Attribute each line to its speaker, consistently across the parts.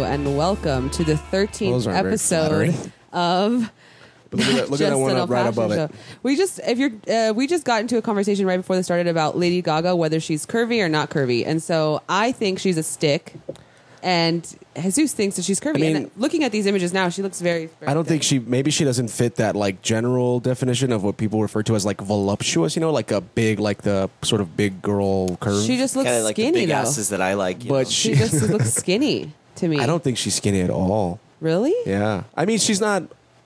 Speaker 1: welcome to the 13th
Speaker 2: Those aren't very
Speaker 1: episode
Speaker 2: flattering.
Speaker 1: of
Speaker 2: But look at that, look at that one
Speaker 1: an
Speaker 2: up right above
Speaker 1: old-fashioned
Speaker 2: it.
Speaker 1: show. We just if you're uh, we just got into a conversation right before this started about Lady Gaga whether she's curvy or not curvy, and so I think she's a stick, and Jesus thinks that she's curvy.
Speaker 2: I mean-
Speaker 1: and looking at these images now, she looks very. very
Speaker 2: I don't think
Speaker 1: thin.
Speaker 2: she. Maybe she doesn't fit that like general definition of what people refer to as like voluptuous. You know, like a big, like the sort of big girl curve.
Speaker 1: She just looks
Speaker 3: Kind of like the
Speaker 1: skinny
Speaker 3: big
Speaker 1: though.
Speaker 3: asses that I like. you
Speaker 2: But
Speaker 3: know.
Speaker 1: She just looks skinny to me.
Speaker 2: I don't think she's skinny at all.
Speaker 1: really.
Speaker 2: Yeah, I mean, she's not.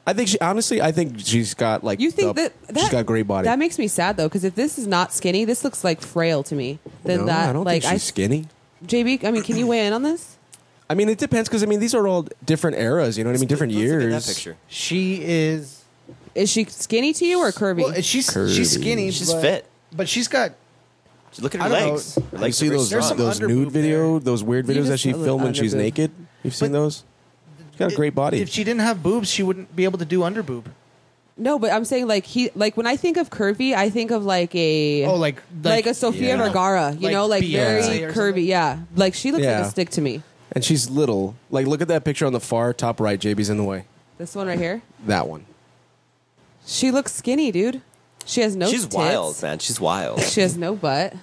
Speaker 2: I think she honestly. I think she's got like.
Speaker 1: You think
Speaker 2: the-
Speaker 1: that, that
Speaker 2: she's got a great body?
Speaker 1: That makes me sad though, because if this is not skinny, this looks like frail to me. Then
Speaker 2: No,
Speaker 1: that
Speaker 2: I don't
Speaker 1: like
Speaker 2: think she's skinny.
Speaker 1: I JB, I mean, can you weigh in on this?
Speaker 2: I mean, it depends because I mean these are all different eras. You know what I mean? Different
Speaker 3: Let's
Speaker 2: years.
Speaker 3: Look at that picture.
Speaker 4: She is.
Speaker 1: Is she skinny to you or curvy?
Speaker 4: Well, she's
Speaker 2: Curvy.
Speaker 4: she's skinny.
Speaker 3: She's
Speaker 4: but-
Speaker 3: fit.
Speaker 4: But she's got.
Speaker 3: Just Look at her
Speaker 4: I don't know.
Speaker 3: legs. Her
Speaker 2: You
Speaker 3: legs
Speaker 2: see
Speaker 3: are very
Speaker 2: those
Speaker 4: there's some
Speaker 3: strong.
Speaker 2: those nude
Speaker 4: underboob
Speaker 2: video,
Speaker 4: there.
Speaker 2: those weird
Speaker 1: You
Speaker 2: videos that
Speaker 1: just-
Speaker 2: she
Speaker 1: a little
Speaker 2: filmed when she's
Speaker 1: underboob.
Speaker 2: naked. You've seen
Speaker 4: But-
Speaker 2: those? She's got a great body.
Speaker 4: If she didn't have boobs, she wouldn't be able to do underboob.
Speaker 1: no, but I'm saying like he like when I think of curvy, I think of like a
Speaker 4: Oh, like-
Speaker 1: like,
Speaker 4: like-
Speaker 1: a Sofia
Speaker 2: Yeah.
Speaker 1: Vergara, you
Speaker 4: Like
Speaker 1: know, like
Speaker 4: Beyonce
Speaker 1: very
Speaker 4: or
Speaker 1: curvy.
Speaker 4: something?
Speaker 1: Yeah, like she looks like
Speaker 2: Yeah.
Speaker 1: a stick to me.
Speaker 2: and she's little. Like, look at that picture on the far top right. JB's in the way.
Speaker 1: This one right here,
Speaker 2: That one.
Speaker 1: she looks skinny, dude. She has no.
Speaker 3: She's
Speaker 1: tits.
Speaker 3: wild, man. She's wild.
Speaker 1: She has no butt.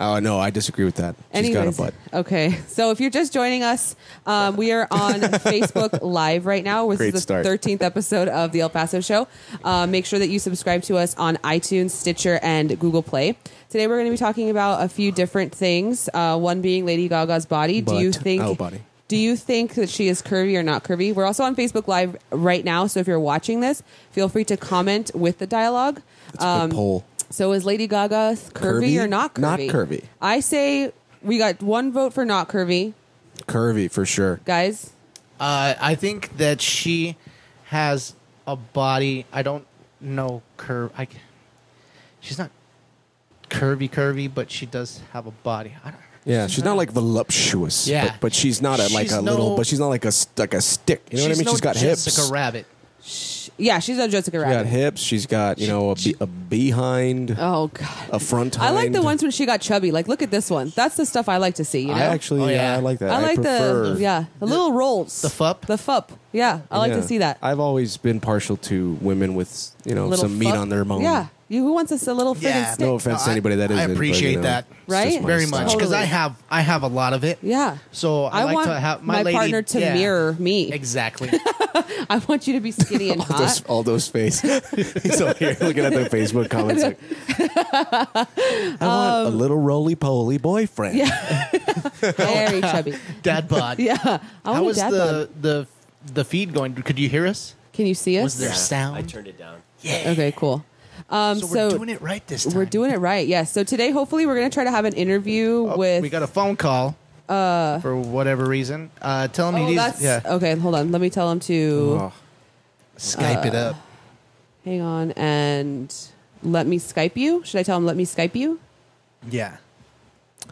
Speaker 2: Oh no, I disagree with that. She's got a
Speaker 1: Anyways,
Speaker 2: butt.
Speaker 1: okay. So if you're just joining us, um, we are on Facebook Live right now. This
Speaker 2: Great
Speaker 1: is the
Speaker 2: start.
Speaker 1: 13th episode of the El Paso Show. Uh, make sure that you subscribe to us on iTunes, Stitcher, and Google Play. Today we're going to be talking about a few different things. Uh, one being Lady Gaga's body. do you
Speaker 2: Butt.
Speaker 1: think?
Speaker 2: Oh, body.
Speaker 1: Do you think that she is curvy or not curvy? We're also on Facebook Live right now, so if you're watching this, feel free to comment with the dialogue. Um,
Speaker 2: It's a good poll.
Speaker 1: So is Lady Gaga curvy,
Speaker 2: Curvy?
Speaker 1: or not curvy?
Speaker 2: Not curvy.
Speaker 1: I say we got one vote for not curvy,
Speaker 2: Curvy for sure.
Speaker 1: guys.
Speaker 4: Uh, I think that she has a body. I don't know curve. I, she's not curvy, curvy, but she does have a body. I don't,
Speaker 2: Yeah, she's not like voluptuous.
Speaker 4: Yeah.
Speaker 2: but, but she's not a, like
Speaker 4: She's
Speaker 2: a
Speaker 4: no-
Speaker 2: little. But she's not like a st- like a stick. You know what I mean?
Speaker 4: no
Speaker 2: she's got
Speaker 4: Jessica
Speaker 2: hips.
Speaker 4: Rabbit.
Speaker 1: Yeah, she's a Jessica
Speaker 2: She's got
Speaker 1: Rabbit.
Speaker 2: hips. She's got you know a, be- a behind,
Speaker 1: Oh god.
Speaker 2: a front.
Speaker 1: I like the
Speaker 2: hind.
Speaker 1: ones when she got chubby. Like, look at this one. That's the stuff I like to see. You know,
Speaker 2: I actually,
Speaker 4: Oh,
Speaker 2: yeah.
Speaker 4: yeah.
Speaker 2: I like that.
Speaker 1: I like
Speaker 2: prefer,
Speaker 1: the yeah, the little rolls,
Speaker 4: the fup?
Speaker 1: the fup. Yeah, I like to
Speaker 2: Yeah.
Speaker 1: see that.
Speaker 2: I've always been partial to women with you know
Speaker 1: little
Speaker 2: some meat
Speaker 1: fup.
Speaker 2: on their bone.
Speaker 1: Yeah, you who wants us a little friggin'
Speaker 4: Yeah.
Speaker 1: stick?
Speaker 2: No offense to
Speaker 4: I-
Speaker 2: anybody that is.
Speaker 4: I
Speaker 2: it, but, you
Speaker 4: appreciate
Speaker 2: know,
Speaker 4: that.
Speaker 2: it's just
Speaker 1: Right?
Speaker 2: my
Speaker 4: Very
Speaker 2: style.
Speaker 4: much because I
Speaker 1: Totally.
Speaker 4: have I have a lot of it.
Speaker 1: Yeah.
Speaker 4: So I, like
Speaker 1: want
Speaker 4: to have
Speaker 1: my,
Speaker 4: my, lady-
Speaker 1: partner to
Speaker 4: yeah.
Speaker 1: mirror me.
Speaker 4: Exactly.
Speaker 1: I want you to be skinny and
Speaker 2: All
Speaker 1: hot.
Speaker 2: those, all those face. He's over here looking at the Facebook comments. Like, I want
Speaker 1: Um,
Speaker 2: a little roly poly boyfriend.
Speaker 1: Very chubby.
Speaker 4: dad bod.
Speaker 1: Yeah. I
Speaker 4: How
Speaker 1: want
Speaker 4: was
Speaker 1: a dad
Speaker 4: the
Speaker 1: bod.
Speaker 4: the the feed going? Could you hear us?
Speaker 1: Can you see us?
Speaker 4: was there sound?
Speaker 3: I turned it down.
Speaker 1: Okay, cool. Um,
Speaker 4: So
Speaker 1: so,
Speaker 4: we're doing it right this time.
Speaker 1: We're doing it right. Yes. So today, hopefully, we're going to try to have an interview with.
Speaker 4: Oh, we got a phone call uh, for whatever reason. Uh, telling me
Speaker 1: Oh,
Speaker 4: these,
Speaker 1: that's
Speaker 4: yeah,
Speaker 1: okay. Hold on. Let me tell them to
Speaker 2: Oh,
Speaker 4: Skype it
Speaker 1: uh,
Speaker 4: up.
Speaker 1: hang on and let me Skype you. Should I tell them let me Skype you?
Speaker 4: Yeah. Do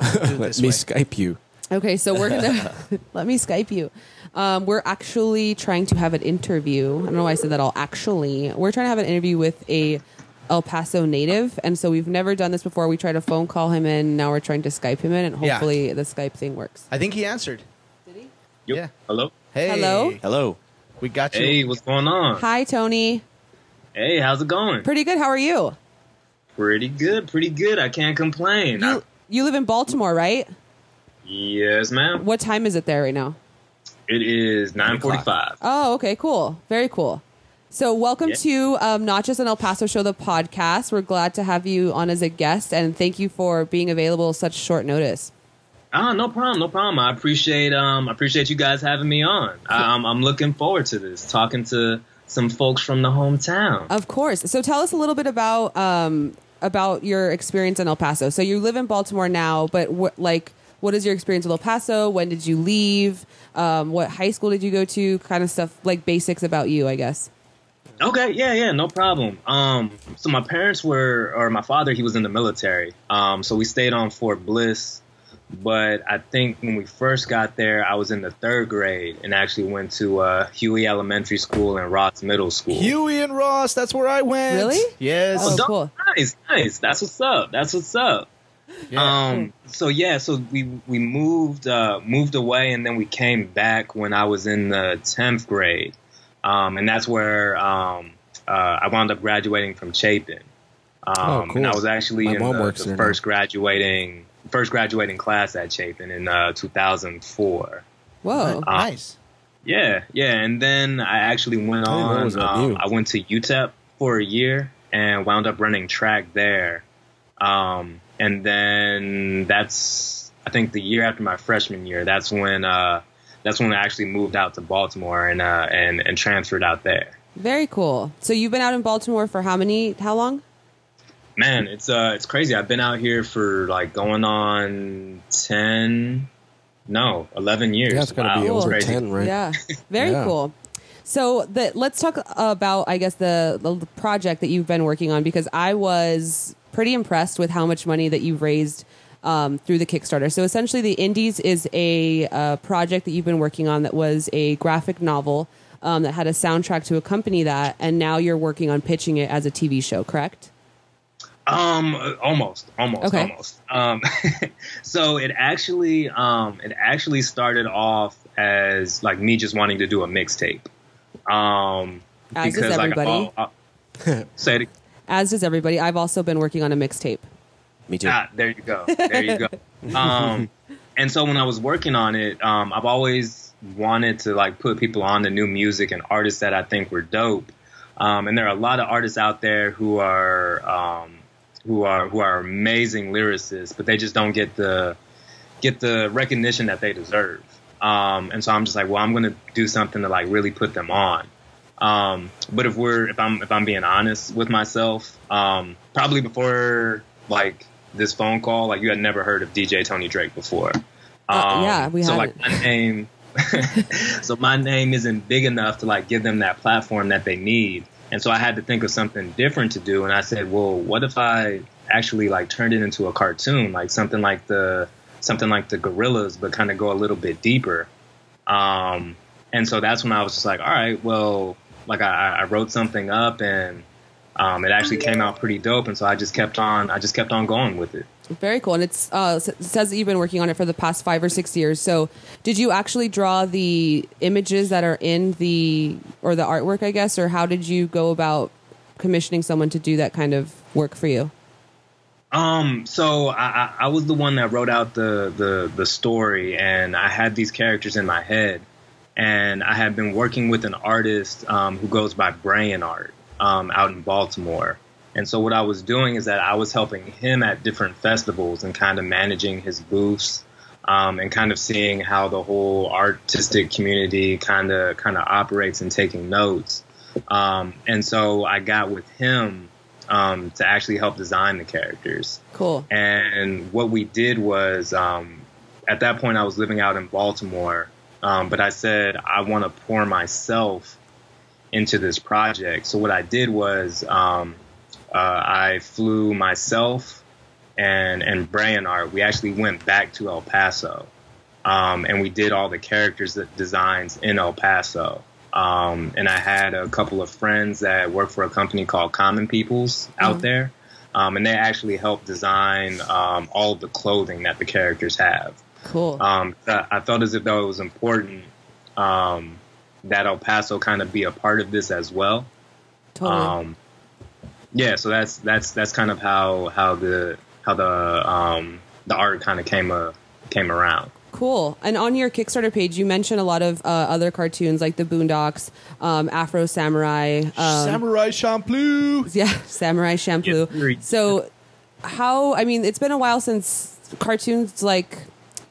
Speaker 4: it
Speaker 2: let
Speaker 4: this
Speaker 2: me
Speaker 4: way.
Speaker 2: Skype you.
Speaker 1: Okay, so we're gonna let me Skype you. Um, we're actually trying to have an interview. I don't know why I said that all. Actually, we're trying to have an interview with a El Paso native, and so we've never done this before. We tried to phone call him in. Now we're trying to Skype him in, and
Speaker 4: Yeah.
Speaker 1: hopefully the Skype thing works.
Speaker 4: I think he answered.
Speaker 1: Did he?
Speaker 5: Yep.
Speaker 4: Yeah.
Speaker 5: Hello.
Speaker 4: Hey.
Speaker 1: Hello?
Speaker 3: Hello.
Speaker 4: We got you.
Speaker 5: Hey, what's going on?
Speaker 1: Hi, Tony.
Speaker 5: Hey, how's it going?
Speaker 1: Pretty good. How are you?
Speaker 5: Pretty good, pretty good. I can't complain. I-
Speaker 1: You you live in Baltimore, right?
Speaker 5: yes, ma'am.
Speaker 1: What time is it there right now?
Speaker 5: It is nine forty-five.
Speaker 1: Oh, okay, cool. Very cool. So, welcome
Speaker 5: Yeah.
Speaker 1: to um, Not Just an El Paso Show, the podcast. We're glad to have you on as a guest, and thank you for being available such short notice.
Speaker 5: Ah, no problem, no problem. I appreciate um, I appreciate you guys having me on. I, I'm, I'm looking forward to this, talking to some folks from the hometown.
Speaker 1: Of course. So, tell us a little bit about um, about your experience in El Paso. So, you live in Baltimore now, but what like what is your experience with El Paso? When did you leave? Um, what high school did you go to? Kind of stuff like basics about you, I guess.
Speaker 5: Okay, yeah, yeah, no problem. Um, so my parents were, or my father, he was in the military. Um, so we stayed on Fort Bliss, but I think when we first got there, I was in the third grade and actually went to uh, Huey Elementary School and Ross Middle School.
Speaker 4: Huey and Ross. That's where I went.
Speaker 1: Really?
Speaker 4: Yes.
Speaker 1: Oh,
Speaker 5: Dope.
Speaker 1: cool.
Speaker 5: Nice, nice. That's what's up. That's what's up. Um, so yeah, so we we moved uh, moved away, and then we came back when I was in the tenth grade, um, and that's where um, uh, I wound up graduating from Chapin. Um,
Speaker 2: Oh, cool.
Speaker 5: And I was actually
Speaker 2: My
Speaker 5: in
Speaker 2: mom
Speaker 5: the,
Speaker 2: works
Speaker 5: the
Speaker 2: there now.
Speaker 5: first graduating first graduating class at Chapin in uh, 2004.
Speaker 1: Whoa.
Speaker 4: nice.
Speaker 5: Yeah, yeah, and then I actually went
Speaker 2: I didn't know it
Speaker 5: on.
Speaker 2: was that
Speaker 5: um,
Speaker 2: new.
Speaker 5: I went to UTEP for a year and wound up running track there. Um, and then that's I think the year after my freshman year. That's when uh, that's when I actually moved out to Baltimore and uh, and and transferred out there.
Speaker 1: Very cool. So you've been out in Baltimore for how many? How long?
Speaker 5: Man, it's uh it's crazy. I've been out here for like going on ten, no, eleven years.
Speaker 2: Yeah, it's got to be
Speaker 5: Wow,
Speaker 1: Cool.
Speaker 2: over
Speaker 5: crazy.
Speaker 2: 10, right?
Speaker 1: Yeah. Very
Speaker 2: Yeah.
Speaker 1: cool. So the, let's talk about, I guess, the, the project that you've been working on because I was pretty impressed with how much money that you've raised um, through the Kickstarter. So essentially, the Indies is a uh, project that you've been working on that was a graphic novel um, that had a soundtrack to accompany that, and now you're working on pitching it as a TV show, correct?
Speaker 5: Um, uh, almost, almost,
Speaker 1: Okay.
Speaker 5: almost. Um, so it actually, um, it actually started off as like me just wanting to do a mixtape. Um,
Speaker 1: As does everybody.
Speaker 5: Like, oh, oh, say it.
Speaker 1: As does everybody. I've also been working on a mixtape.
Speaker 2: Me too.
Speaker 5: Ah, there you go. There you go. um, and so when I was working on it, um, I've always wanted to like put people on the new music and artists that I think were dope. Um, and there are a lot of artists out there who are um, who are who are amazing lyricists, but they just don't get the get the recognition that they deserve. Um, and so I'm just like, well, I'm going to do something to like really put them on. Um, but if we're if I'm if I'm being honest with myself, um, probably before like this phone call, like you had never heard of DJ Tony Drake before. Um,
Speaker 1: Uh, yeah, we
Speaker 5: so
Speaker 1: hadn't.
Speaker 5: like my name, so my name isn't big enough to like give them that platform that they need. And so I had to think of something different to do. And I said, well, what if I actually like turned it into a cartoon, like something like the something like the Gorillas, but kind of go a little bit deeper. Um, and so that's when I was just like, all right, well, like I, I wrote something up and um, it actually came out pretty dope. And so I just kept on, I just kept on going with it.
Speaker 1: Very cool. And it's uh, s- it says that you've been working on it for the past five or six years. So, did you actually draw the images that are in the or the artwork, I guess, or how did you go about commissioning someone to do that kind of work for you?
Speaker 5: Um, so I, I, I was the one that wrote out the, the the story, and I had these characters in my head, and I had been working with an artist um, who goes by Brain Art um, out in Baltimore. And so what I was doing is that I was helping him at different festivals and kind of managing his booths, um, and kind of seeing how the whole artistic community kind of kind of operates and taking notes. Um, and so I got with him um, to actually help design the characters.
Speaker 1: Cool.
Speaker 5: And what we did was, um, at that point, I was living out in Baltimore, um, but I said, I want to pour myself into this project. So what I did was, um, uh, I flew myself and and Brainard. We actually went back to El Paso, um, and we did all the characters that designs in El Paso. Um, and I had a couple of friends that work for a company called Common Peoples out there, um, and they actually helped design um, all the clothing that the characters have.
Speaker 1: Cool.
Speaker 5: Um, I I felt as if though it was important um, that El Paso kind of be a part of this as well.
Speaker 1: totally.
Speaker 5: Um, yeah, so that's that's that's kind of how how the how the um, the art kind of came uh, came around.
Speaker 1: Cool. And on your Kickstarter page, you mentioned a lot of uh, other cartoons like the Boondocks, um, Afro Samurai. Um,
Speaker 4: Samurai shampoo.
Speaker 1: yeah, Samurai Shampoo.
Speaker 5: Yeah, very-
Speaker 1: so, how? I mean, it's been a while since cartoons like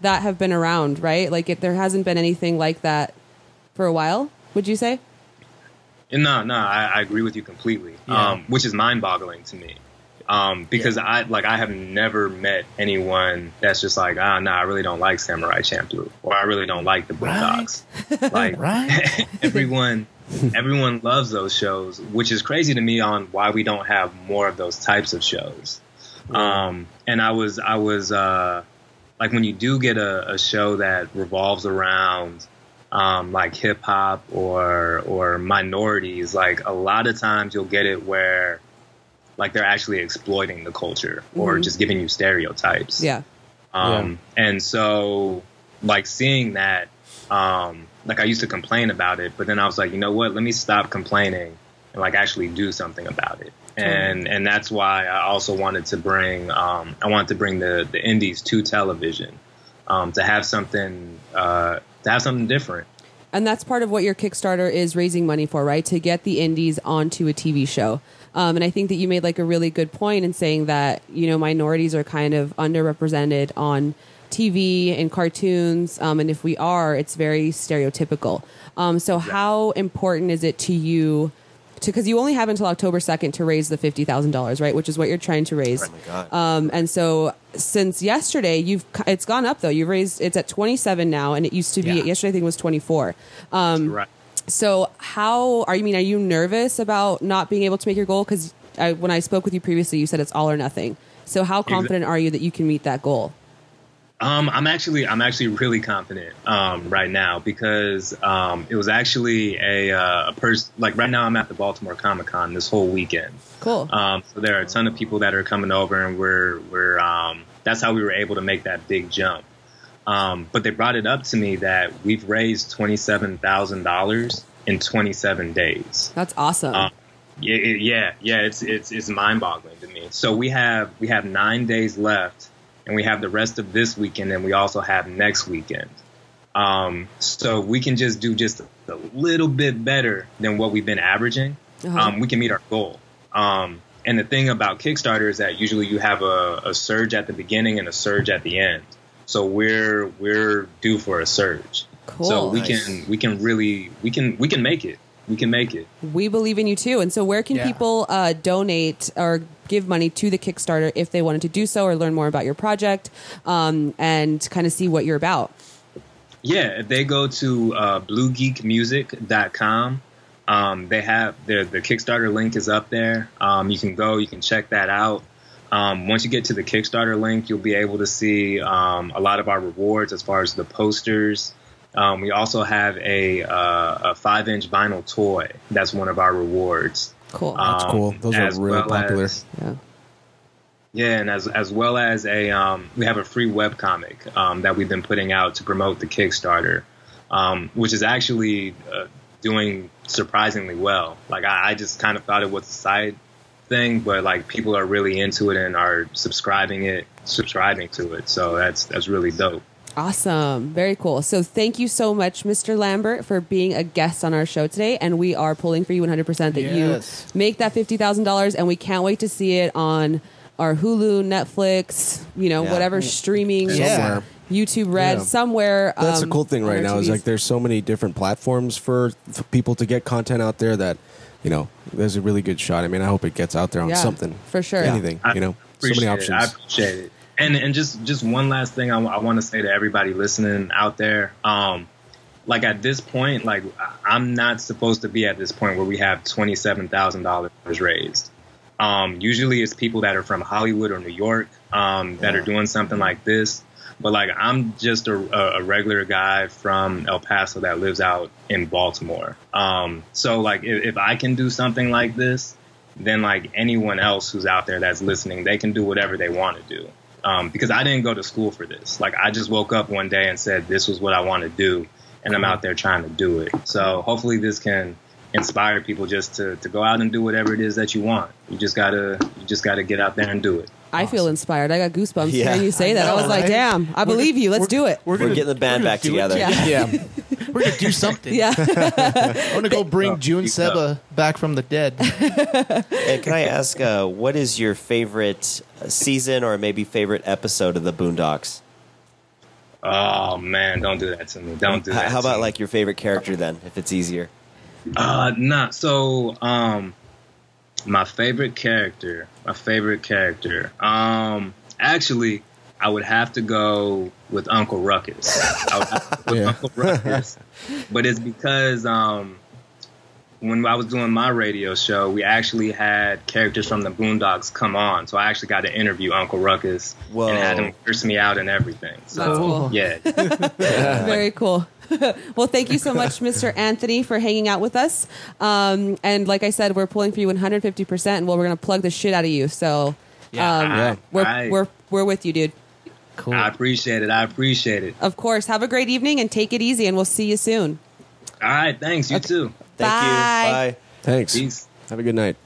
Speaker 1: that have been around, right? Like, it, there hasn't been anything like that for a while. Would you say?
Speaker 5: And No, no, I, I agree with you completely.
Speaker 4: Yeah.
Speaker 5: Um, which is mind-boggling to me, um, because I like I have never met anyone that's just like, ah, no, I really don't like Samurai Champloo, or I really don't like the Boondocks. Like
Speaker 4: Right.
Speaker 5: everyone, everyone loves those shows, which is crazy to me on why we don't have more of those types of shows. Um, and I was, I was, uh, like when you do get a, a show that revolves around um, like hip hop or or minorities, like a lot of times you'll get it where like they're actually exploiting the culture or just giving you stereotypes.
Speaker 1: Yeah.
Speaker 5: Um, And so, like, seeing that, um, like, I used to complain about it, but then I was like, you know what? Let me stop complaining and, like, actually do something about it. And and that's why I also wanted to bring um, I wanted to bring the, the indies to television um, to have something uh, to have something different.
Speaker 1: And that's part of what your Kickstarter is raising money for, right? To get the indies onto a TV show. Um, and I think that you made like a really good point in saying that, you know, minorities are kind of underrepresented on TV and cartoons. Um, and if we are, it's very stereotypical. Um, so, how important is it to you? Because you only have until October 2nd to raise the $50,000, right? Which is what you're trying to raise.
Speaker 3: Oh my God.
Speaker 1: Um, and so since yesterday, you've it's gone up though. You've raised it's at 27 now, and it used to be
Speaker 4: Yeah.
Speaker 1: yesterday I think it was 24. Um,
Speaker 5: Right.
Speaker 1: so how are you? I Mean are you nervous about not being able to make your goal? Because I, when I spoke with you previously, you said it's all or nothing. So how confident are you that you can meet that goal?
Speaker 5: Um, I'm actually I'm actually really confident um, right now because um, it was actually a, uh, a person like right now I'm at the Baltimore Comic Con this whole weekend.
Speaker 1: Cool.
Speaker 4: Uh,
Speaker 5: Um, so there are a ton of people that are coming over, and we're we're um, that's how we were able to make that big jump. Um, but they brought it up to me that we've raised twenty seven thousand dollars in twenty seven days.
Speaker 1: That's awesome.
Speaker 4: uh,
Speaker 5: Um, yeah, it- yeah, yeah. It's it's it's mind boggling to me. So we have we have nine days left, and we have the rest of this weekend, and we also have next weekend. Um, so we can just do just a little bit better than what we've been averaging.
Speaker 1: Uh-huh.
Speaker 5: Um, we can meet our goal. Um, and the thing about Kickstarter is that usually you have a, a surge at the beginning and a surge at the end. So we're we're due for a surge. So
Speaker 1: Cool.
Speaker 5: we
Speaker 3: Nice.
Speaker 5: can we can really we can we can make it. We can make it.
Speaker 1: we believe in you too. And so where can
Speaker 4: Yeah.
Speaker 1: people uh, donate or give money to the Kickstarter if they wanted to do so or learn more about your project um, and kind of see what you're about?
Speaker 5: Yeah, if they go to uh, bluegeekmusic.com, um, they have the the Kickstarter link is up there. Um, you can go, you can check that out. Um, once you get to the Kickstarter link, you'll be able to see um, a lot of our rewards as far as the posters. Um, we also have a uh, a five inch vinyl toy. That's one of our rewards. Um,
Speaker 1: Cool.
Speaker 4: Uh,
Speaker 5: That's
Speaker 2: cool. Those are really popular.
Speaker 1: yeah.
Speaker 5: Yeah, and as as well as a um, we have a free web comic um, that we've been putting out to promote the Kickstarter, um, which is actually uh, doing surprisingly well. Like I, I just kind of thought it was a side thing, but like people are really into it and are subscribing it, subscribing to it. So that's that's really dope.
Speaker 1: Awesome. Very cool. So thank you so much, Mr. Lambert, for being a guest on our show today. And we are pulling for you 100% that
Speaker 4: Yes.
Speaker 1: you make that $50,000. And we can't wait to see it on our Hulu, Netflix, you know,
Speaker 3: Yeah.
Speaker 1: whatever streaming,
Speaker 4: Somewhere.
Speaker 1: YouTube Red,
Speaker 2: Yeah.
Speaker 1: somewhere.
Speaker 2: That's
Speaker 1: um,
Speaker 2: the cool thing
Speaker 1: on
Speaker 2: right
Speaker 1: our
Speaker 2: now is
Speaker 1: TVs.
Speaker 2: like there's so many different platforms for, for people to get content out there that, you know, there's a really good shot. I mean, I hope it gets out there on
Speaker 1: Yeah,
Speaker 2: something
Speaker 1: for sure.
Speaker 2: anything.
Speaker 5: I
Speaker 2: you know, so many
Speaker 5: appreciate It. I
Speaker 2: options.
Speaker 5: appreciate it. And and just just one last thing I, want to say to everybody listening out there. Um, like at this point, like I- I'm not supposed to be at this point where we have twenty seven thousand dollars raised. Um, usually, it's people that are from Hollywood or New York um, that are doing something like this. But like I'm just a, a a regular guy from El Paso that lives out in Baltimore. Um, so like if, if I can do something like this, then like anyone else who's out there that's listening, they can do whatever they want to do. Um, because I didn't go to school for this. Like I just woke up one day and said this was what I want to do, and I'm out there trying to do it. So hopefully this can inspire people just to, to go out and do whatever it is that you want. You just gotta you just gotta get out there and do it.
Speaker 1: I feel inspired. I got goosebumps
Speaker 3: Yeah.
Speaker 1: hearing you say that. I was like,
Speaker 4: right?
Speaker 1: damn, I believe you. Let's do it.
Speaker 3: We're getting the band back together.
Speaker 1: Yeah.
Speaker 2: yeah.
Speaker 4: We're gonna do something.
Speaker 1: Yeah.
Speaker 4: I'm gonna go
Speaker 3: Oh,
Speaker 4: bring June
Speaker 5: speak up.
Speaker 4: Seba back from the dead.
Speaker 3: Hey, can I ask, uh, what is your favorite uh, season or maybe favorite episode of the Boondocks?
Speaker 5: Oh man, don't do that to me. Don't do
Speaker 3: H-
Speaker 5: that.
Speaker 3: How
Speaker 5: to
Speaker 3: about
Speaker 5: me.
Speaker 3: like your favorite character then, if it's easier?
Speaker 5: Uh, nah. So, um, my favorite character, my favorite character. Um, actually, I would have to go with Uncle Ruckus. I would have to go with
Speaker 2: Yeah.
Speaker 5: Uncle Ruckus, but it's because um, when I was doing my radio show, we actually had characters from the Boondocks come on, so I actually got to interview Uncle Ruckus
Speaker 3: Whoa.
Speaker 5: and had him curse me out and everything. So
Speaker 1: That's cool.
Speaker 3: Uh,
Speaker 5: yeah,
Speaker 1: Very cool. well, thank you so much, Mr. Anthony, for hanging out with us. Um, and like I said, we're pulling for you 150%. And well, we're going to plug the shit out of you. So
Speaker 4: Yeah.
Speaker 1: um,
Speaker 5: Yeah.
Speaker 1: We're,
Speaker 5: Aye.
Speaker 1: we're, we're with you, dude.
Speaker 4: Cool.
Speaker 5: I appreciate it. I appreciate it.
Speaker 1: Of course. Have a great evening and take it easy. And we'll see you soon.
Speaker 5: All right. Thanks. You too.
Speaker 3: Thank
Speaker 1: Bye.
Speaker 3: you. Bye.
Speaker 2: Thanks.
Speaker 5: Peace.
Speaker 2: Have a good night.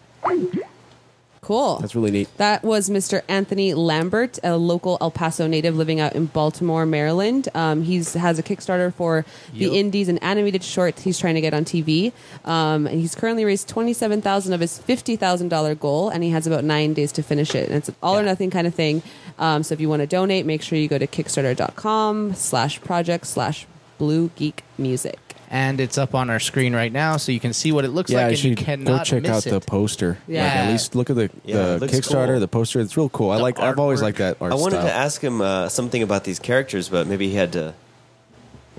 Speaker 1: Cool.
Speaker 2: That's really neat.
Speaker 1: That was Mr. Anthony Lambert, a local El Paso native living out in Baltimore, Maryland. Um, he's has a Kickstarter for
Speaker 4: Yep.
Speaker 1: the indies and animated short he's trying to get on TV, um, and he's currently raised twenty seven thousand of his fifty thousand dollar goal, and he has about nine days to finish it. And it's an all or nothing kind of thing. Um, so if you want to donate, make sure you go to kickstarter.com slash project slash blue geek music.
Speaker 4: and it's up on our screen right now, so you can see what it looks
Speaker 2: yeah,
Speaker 4: like.
Speaker 2: I
Speaker 4: and you
Speaker 2: should
Speaker 4: cannot
Speaker 2: go check out
Speaker 4: miss
Speaker 2: the
Speaker 4: it.
Speaker 2: poster. like,
Speaker 1: Yeah.
Speaker 2: at least look at the,
Speaker 3: Yeah, it
Speaker 2: the
Speaker 3: looks
Speaker 2: Kickstarter,
Speaker 3: cool.
Speaker 2: the poster. It's real cool. I like. I've always
Speaker 4: artwork.
Speaker 2: liked that art
Speaker 3: I wanted
Speaker 2: style.
Speaker 3: to ask him uh, something about these characters, but maybe he had to.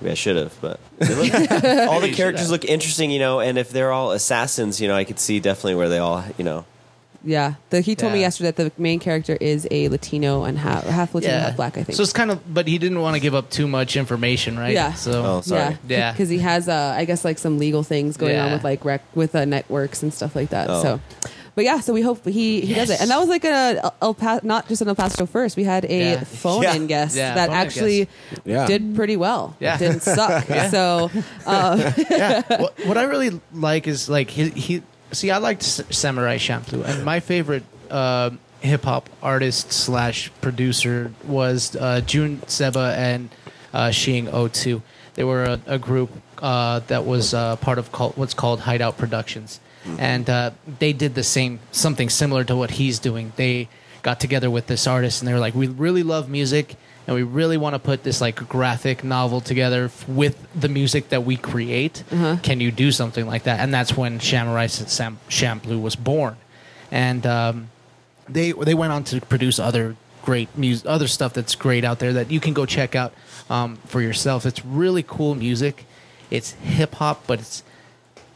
Speaker 3: Maybe I should have, but they look- all the characters look interesting, you know. And if they're all assassins, you know, I could see definitely where they all, you know,
Speaker 1: Yeah, the, he told me
Speaker 4: Yeah.
Speaker 1: yesterday that the main character is a Latino and half, half Latino,
Speaker 4: yeah,
Speaker 1: half black. I think
Speaker 4: So it's kind of, but he didn't want to give up too much information, right?
Speaker 1: Yeah.
Speaker 4: So
Speaker 3: Oh, sorry.
Speaker 1: Yeah,
Speaker 4: Yeah.
Speaker 1: because he has, uh, I guess, like some legal things going on
Speaker 4: Yeah.
Speaker 1: with like rec with uh, networks and stuff like that.
Speaker 3: Oh.
Speaker 1: So, but yeah, so we hope he he does
Speaker 4: Yes.
Speaker 1: it. And that was like a El Pa- not just an El Paso first. We had a
Speaker 4: Yeah.
Speaker 1: phone in
Speaker 3: Yeah.
Speaker 1: guest
Speaker 4: Yeah,
Speaker 1: that
Speaker 4: phone-in
Speaker 1: actually
Speaker 2: guest. Yeah.
Speaker 1: did pretty well.
Speaker 4: Yeah.
Speaker 1: It didn't suck. So, uh,
Speaker 4: yeah. What, what I really like is like he, he see I liked S- Samurai Champloo, and my favorite uh, hip hop artist slash producer was uh, June Seba and uh, Shing O2. They were a, a group uh, that was uh, part of called, what's called Hideout Productions, and uh, they did the same something similar to what he's doing. They got together with this artist, and they were like, "We really love music." and we really want to put this like graphic novel together f- with the music that we create. Can you do something like that? And that's when Samurai Sam- Champloo was born, and um, they they went on to produce other great music, other stuff that's great out there that you can go check out um, for yourself. It's really cool music. It's hip hop, but it's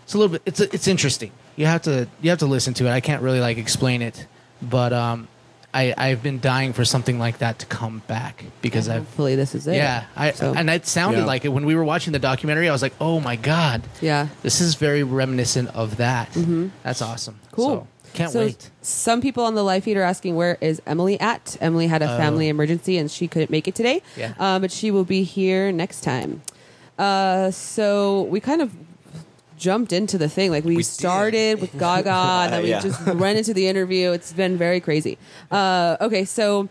Speaker 4: it's a little bit it's it's interesting. You have to you have to listen to it. I can't really like explain it, but um, I I've been dying for something like that to come back because I've
Speaker 1: hopefully, this is it.
Speaker 4: yeah I
Speaker 1: So,
Speaker 4: and it sounded
Speaker 2: Yeah.
Speaker 4: like it when we were watching the documentary. I was like, oh my god,
Speaker 1: yeah. Mm-hmm.
Speaker 4: this is very reminiscent of that. That's awesome.
Speaker 1: Cool.
Speaker 4: So, can't
Speaker 1: So,
Speaker 4: wait.
Speaker 1: Some people on the live feed are asking where is Emily at? Emily had a family emergency and she couldn't make it today.
Speaker 4: Yeah.
Speaker 1: Uh, but she will be here next time. Uh, so we kind of jumped into the thing. Like we,
Speaker 4: We
Speaker 1: started with Gaga and then we
Speaker 3: Yeah.
Speaker 1: just ran into the interview. It's been very crazy. Uh, okay, so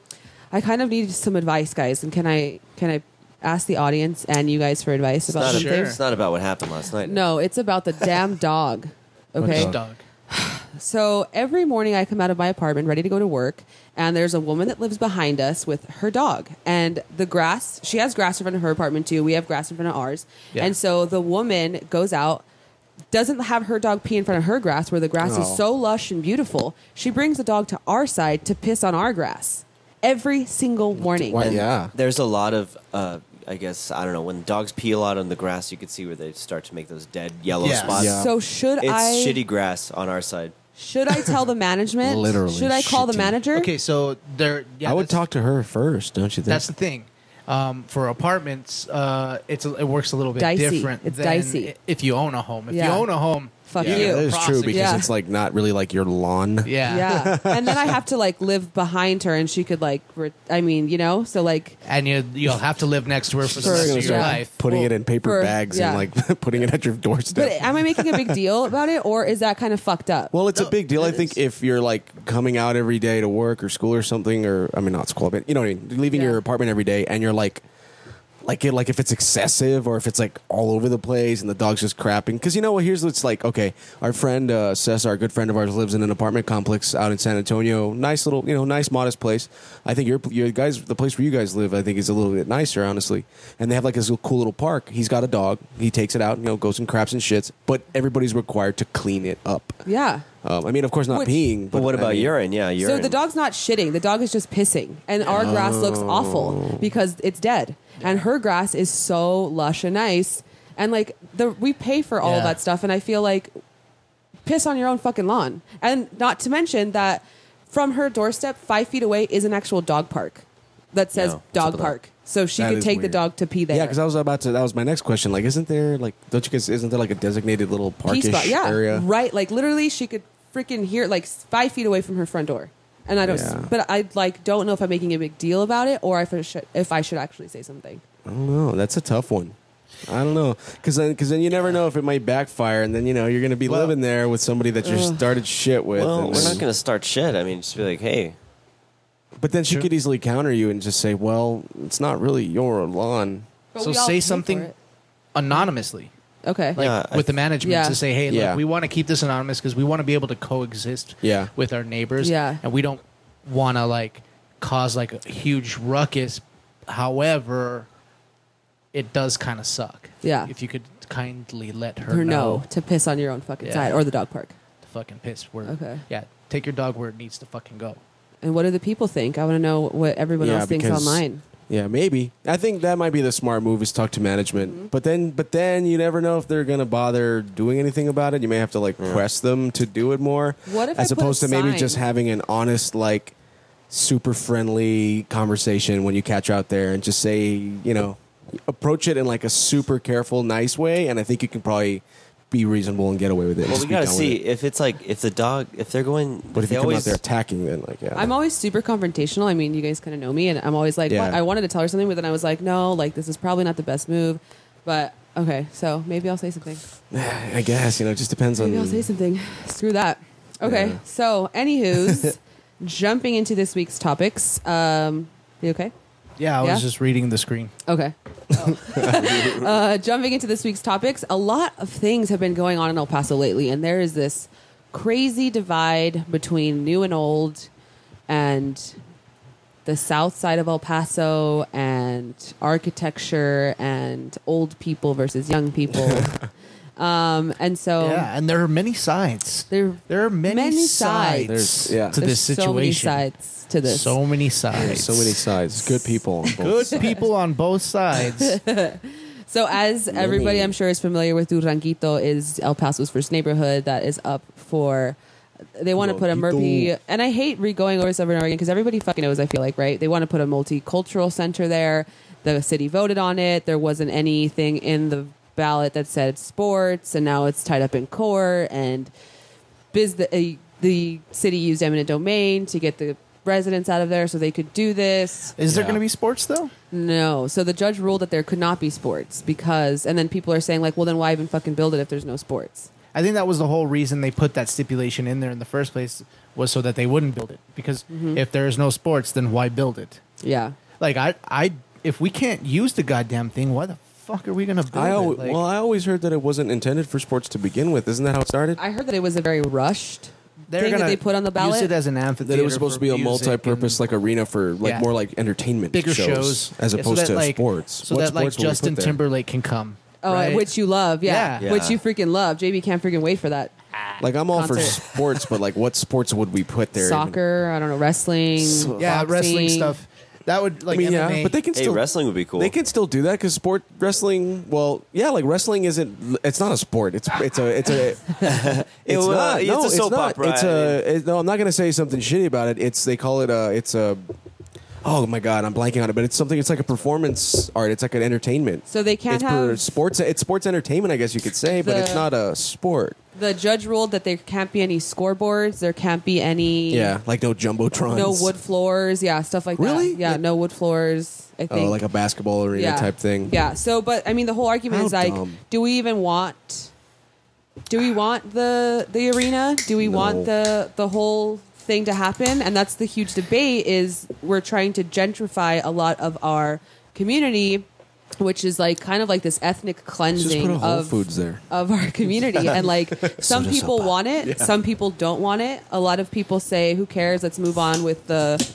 Speaker 1: I kind of need some advice, guys. And can I can I ask the audience and you guys for advice
Speaker 3: it's not,
Speaker 1: about something?
Speaker 3: a, it's not about what happened last night.
Speaker 1: No, it's about the damn dog. Okay.
Speaker 2: dog?
Speaker 4: Dog.
Speaker 1: So every morning I come out of my apartment ready to go to work, and there's a woman that lives behind us with her dog. And the grass, she has grass in front of her apartment too. We have grass in front of ours.
Speaker 4: Yeah.
Speaker 1: And so the woman goes out, doesn't have her dog pee in front of her grass where the grass is
Speaker 2: Oh.
Speaker 1: so lush and beautiful. She brings the dog to our side to piss on our grass every single morning.
Speaker 2: Why, yeah.
Speaker 3: There's a lot of, uh, I guess, I don't know, when dogs pee a lot on the grass, you could see where they start to make those dead yellow
Speaker 4: Yeah.
Speaker 3: spots.
Speaker 2: Yeah.
Speaker 1: So should
Speaker 3: It's
Speaker 1: I
Speaker 3: shitty grass on our side.
Speaker 1: should I tell the management?
Speaker 2: Literally
Speaker 1: should I call the
Speaker 2: shitty.
Speaker 1: manager?
Speaker 4: Okay, so there. Yeah,
Speaker 2: I would
Speaker 4: that's-
Speaker 2: talk to her first, don't you think?
Speaker 4: That's the thing. Um, for apartments, uh, it's a, it works a little bit
Speaker 1: Dicey.
Speaker 4: different.
Speaker 1: It's
Speaker 4: than
Speaker 1: dicey.
Speaker 4: i- If you own a home, if
Speaker 1: Yeah.
Speaker 4: you own a home,
Speaker 1: Fuck
Speaker 4: you
Speaker 1: you.
Speaker 4: get
Speaker 2: that is true because
Speaker 4: prosecuted.
Speaker 1: Yeah.
Speaker 2: it's like not really like your lawn.
Speaker 4: yeah,
Speaker 1: Yeah. and then I have to like live behind her and she could like, re- I mean, you know, so like,
Speaker 4: and you you'll have to live next to her for the
Speaker 1: For-
Speaker 4: rest
Speaker 2: Just
Speaker 4: of
Speaker 2: gonna
Speaker 4: your
Speaker 2: start
Speaker 1: Yeah.
Speaker 4: life.
Speaker 2: Putting
Speaker 1: Well,
Speaker 2: it in paper
Speaker 1: for-
Speaker 2: bags
Speaker 1: yeah.
Speaker 2: and like putting it at your doorstep.
Speaker 1: but am I making a big deal about it or is that kind of fucked up?
Speaker 2: Well, it's a big deal. I think if you're like coming out every day to work or school or something, or I mean, not school, but you know what I mean, leaving
Speaker 1: Yeah.
Speaker 2: your apartment every day, and you're like, like it, like if it's excessive or if it's like all over the place and the dog's just crapping. Because you know what? Here's what's like. Okay, our friend uh, Cesar, a good friend of ours, lives in an apartment complex out in San Antonio. Nice little, you know, nice modest place. I think your your guys, the place where you guys live, I think is a little bit nicer, honestly. And they have like this little, cool little park. He's got a dog. He takes it out, you know, goes and craps and shits. But everybody's required to clean it up.
Speaker 1: yeah.
Speaker 2: Um, I mean, of course, not
Speaker 1: Which-
Speaker 2: peeing. But,
Speaker 3: But what
Speaker 2: I
Speaker 3: about
Speaker 2: mean,
Speaker 3: urine? Yeah, urine.
Speaker 1: So the dog's not shitting. The dog is just pissing. And our grass looks awful because it's dead. And her grass is so lush and nice. And like the we pay for all of
Speaker 4: Yeah.
Speaker 1: that stuff and I feel like piss on your own fucking lawn. And not to mention that from her doorstep 5 feet away is an actual dog park. that says
Speaker 3: No,
Speaker 1: dog
Speaker 3: something
Speaker 1: park, so she
Speaker 2: That
Speaker 1: could
Speaker 2: is
Speaker 1: take the
Speaker 2: weird.
Speaker 1: dog to pee there.
Speaker 2: Yeah, because I was about to. That was my next question. Like, isn't there like don't you guys? Isn't there like a designated little
Speaker 1: pee
Speaker 2: parkish
Speaker 1: spot. Yeah,
Speaker 2: area?
Speaker 1: right. Like literally, she could freaking hear it, like s- five feet away from her front door. And I don't,
Speaker 2: Yeah.
Speaker 1: but I like don't know if I'm making a big deal about it or if I should, if I should actually say something.
Speaker 2: I don't know. That's a tough one. I don't know, because then because then you never know if it might backfire, and then you know you're gonna be
Speaker 4: Well-
Speaker 2: living there with somebody that you started shit with.
Speaker 3: Well,
Speaker 2: and
Speaker 3: we're
Speaker 2: then-
Speaker 3: not going to start shit. I mean, just be like, hey,
Speaker 2: But then she
Speaker 4: True.
Speaker 2: could easily counter you and just say, "Well, it's not really your lawn."
Speaker 1: But
Speaker 4: So
Speaker 1: we all
Speaker 4: say
Speaker 1: pay for
Speaker 4: something-
Speaker 1: it.
Speaker 4: anonymously,
Speaker 1: Okay.
Speaker 4: like
Speaker 3: Yeah, I-
Speaker 4: with the management
Speaker 1: Yeah.
Speaker 4: to say, hey,
Speaker 2: Yeah.
Speaker 4: look, we want to keep this anonymous because we want to be able to coexist
Speaker 2: Yeah.
Speaker 4: with our neighbors,
Speaker 1: Yeah.
Speaker 4: and we don't want to like cause like a huge ruckus. However, it does kind of suck.
Speaker 1: Yeah.
Speaker 4: if you could kindly let her,
Speaker 1: or
Speaker 4: know,
Speaker 1: no to piss on your own fucking
Speaker 4: Yeah.
Speaker 1: side or the dog park.
Speaker 4: the fucking piss word.
Speaker 1: Okay.
Speaker 4: yeah, take your dog where it needs to fucking go.
Speaker 1: And what do the people think? I want to know what everyone
Speaker 2: Yeah,
Speaker 1: else thinks
Speaker 2: because-
Speaker 1: online.
Speaker 2: Yeah, maybe. I think that might be the smart move is talk to management.
Speaker 1: Mm-hmm.
Speaker 2: But then but then you never know if they're gonna bother doing anything about it. You may have to like press them to do it more.
Speaker 1: What if I
Speaker 2: as
Speaker 1: put a
Speaker 2: opposed to maybe
Speaker 1: sign?
Speaker 2: just having an honest, like super friendly conversation when you catch out there and just say, you know, approach it in like a super careful, nice way, and I think you can probably be reasonable and get away with it.
Speaker 3: well,
Speaker 2: Just
Speaker 3: we
Speaker 2: be
Speaker 3: got to
Speaker 2: done with
Speaker 3: see
Speaker 2: it.
Speaker 3: if it's like, if the dog, if they're going,
Speaker 2: But if
Speaker 3: they
Speaker 2: you come out
Speaker 3: always,
Speaker 2: there attacking then like yeah.
Speaker 1: I'm always super confrontational. I mean, you guys kind of know me, and I'm always like,
Speaker 2: Yeah.
Speaker 1: what? I wanted to tell her something, but then I was like, no, like this is probably not the best move. But okay, so maybe I'll say something.
Speaker 2: I guess, you know, it just depends on
Speaker 1: Maybe I'll say something. Screw that. Okay,
Speaker 2: Yeah.
Speaker 1: so anywho's jumping into this week's topics. Um, you okay?
Speaker 4: Yeah, I
Speaker 1: Yeah?
Speaker 4: was just reading the screen.
Speaker 1: Okay. uh, jumping into this week's topics, a lot of things have been going on in El Paso lately, and there is this crazy divide between new and old, and the south side of El Paso, and architecture, and old people versus young people. um, and so,
Speaker 4: Yeah, and there are many sides.
Speaker 1: There-
Speaker 4: there are many,
Speaker 1: many sides.
Speaker 4: sides
Speaker 2: There's- yeah.
Speaker 4: to this
Speaker 1: there's
Speaker 4: situation.
Speaker 1: so many sides to this.
Speaker 4: So many sides.
Speaker 2: so many sides. Good people. on both
Speaker 4: Good people on both sides.
Speaker 1: So, as everybody I'm sure is familiar with, Duranguito is El Paso's first neighborhood that is up for. They want to put a Murphy,
Speaker 2: Duranguito.
Speaker 1: and I hate re going over this over and over again because everybody fucking knows. I feel like right. They want to put a multicultural center there. The city voted on it. There wasn't anything in the ballot that said sports, and now it's tied up in court. And biz the, uh, the city used eminent domain to get the residents out of there so they could do this.
Speaker 4: Is there
Speaker 2: Yeah.
Speaker 4: going to be sports though?
Speaker 1: No. So the judge ruled that there could not be sports because, and then people are saying like, well, then why even fucking build it if there's no sports?
Speaker 4: I think that was the whole reason they put that stipulation in there in the first place was so that they wouldn't build it because
Speaker 1: Mm-hmm.
Speaker 4: if there is no sports, then why build it?
Speaker 1: Yeah.
Speaker 4: Like I, I, if we can't use the goddamn thing, why the fuck are we going to build
Speaker 2: I
Speaker 4: it?
Speaker 2: always,
Speaker 4: Like,
Speaker 2: well, I always heard that it wasn't intended for sports to begin with. Isn't that how it started?
Speaker 1: I heard that it was a very rushed
Speaker 4: they're
Speaker 1: thing that
Speaker 4: gonna
Speaker 1: they put on the
Speaker 4: Use
Speaker 1: ballot.
Speaker 4: it as an amphitheater.
Speaker 2: that it was supposed to
Speaker 4: for
Speaker 2: be a
Speaker 4: music
Speaker 2: multi-purpose
Speaker 4: and
Speaker 2: like arena for like
Speaker 4: Yeah.
Speaker 2: more like entertainment
Speaker 4: bigger shows,
Speaker 2: as
Speaker 4: Yeah, so
Speaker 2: opposed
Speaker 4: that,
Speaker 2: to
Speaker 4: like-
Speaker 2: sports.
Speaker 4: So
Speaker 2: What
Speaker 4: that like
Speaker 2: sports would we
Speaker 4: Justin
Speaker 2: put there?
Speaker 4: Timberlake can come.
Speaker 1: Oh,
Speaker 4: right?
Speaker 1: which you love. Yeah.
Speaker 4: Yeah.
Speaker 1: Which
Speaker 3: Yeah.
Speaker 1: you freaking love. JB can't freaking wait for that.
Speaker 2: Like I'm all for
Speaker 1: concert.
Speaker 2: sports, but like what sports would we put there? even?
Speaker 1: Soccer, I don't know, wrestling.
Speaker 4: yeah, wrestling
Speaker 1: boxing.
Speaker 4: stuff. That would
Speaker 2: I
Speaker 4: like
Speaker 2: mean,
Speaker 4: MMA.
Speaker 2: yeah, but they can
Speaker 3: hey,
Speaker 2: still
Speaker 3: wrestling would be cool.
Speaker 2: They can still do that because sport wrestling. Well, yeah, like wrestling isn't. It's not a sport. It's it's a it's a. It's
Speaker 3: well,
Speaker 2: not.
Speaker 3: it's
Speaker 2: no,
Speaker 3: a
Speaker 2: it's
Speaker 3: soap
Speaker 2: not.
Speaker 3: opera,
Speaker 2: It's
Speaker 3: I
Speaker 2: a. It, no, I'm not gonna say something shitty about it. It's they call it a. It's a. Oh my god, I'm blanking on it, but it's something. It's like a performance art. It's like an entertainment.
Speaker 1: So they can't
Speaker 2: it's per-
Speaker 1: have-
Speaker 2: sports. It's sports entertainment, I guess you could say, but it's
Speaker 1: The-
Speaker 2: not a sport.
Speaker 1: The judge ruled that there can't be any scoreboards. There can't be any.
Speaker 2: Yeah, like no jumbotrons.
Speaker 1: No wood floors. Yeah. Stuff like
Speaker 2: Really?
Speaker 1: that. Yeah.
Speaker 2: Like-
Speaker 1: no wood floors. I think.
Speaker 2: Oh, like a basketball arena
Speaker 1: yeah.
Speaker 2: type thing.
Speaker 1: Yeah. So, but I mean, the whole argument
Speaker 2: How
Speaker 1: is like,
Speaker 2: dumb.
Speaker 1: do we even want? Do we want the the arena? Do we
Speaker 2: No.
Speaker 1: want the the whole thing to happen? And that's the huge debate. Is we're trying to gentrify a lot of our community, which is like kind of like this ethnic
Speaker 2: Just
Speaker 1: cleansing
Speaker 2: put a Whole
Speaker 1: of
Speaker 2: Foods there.
Speaker 1: of our community and like some
Speaker 2: Soda
Speaker 1: people
Speaker 2: sopa.
Speaker 1: want it some people don't want it a lot of people say who cares let's move on with the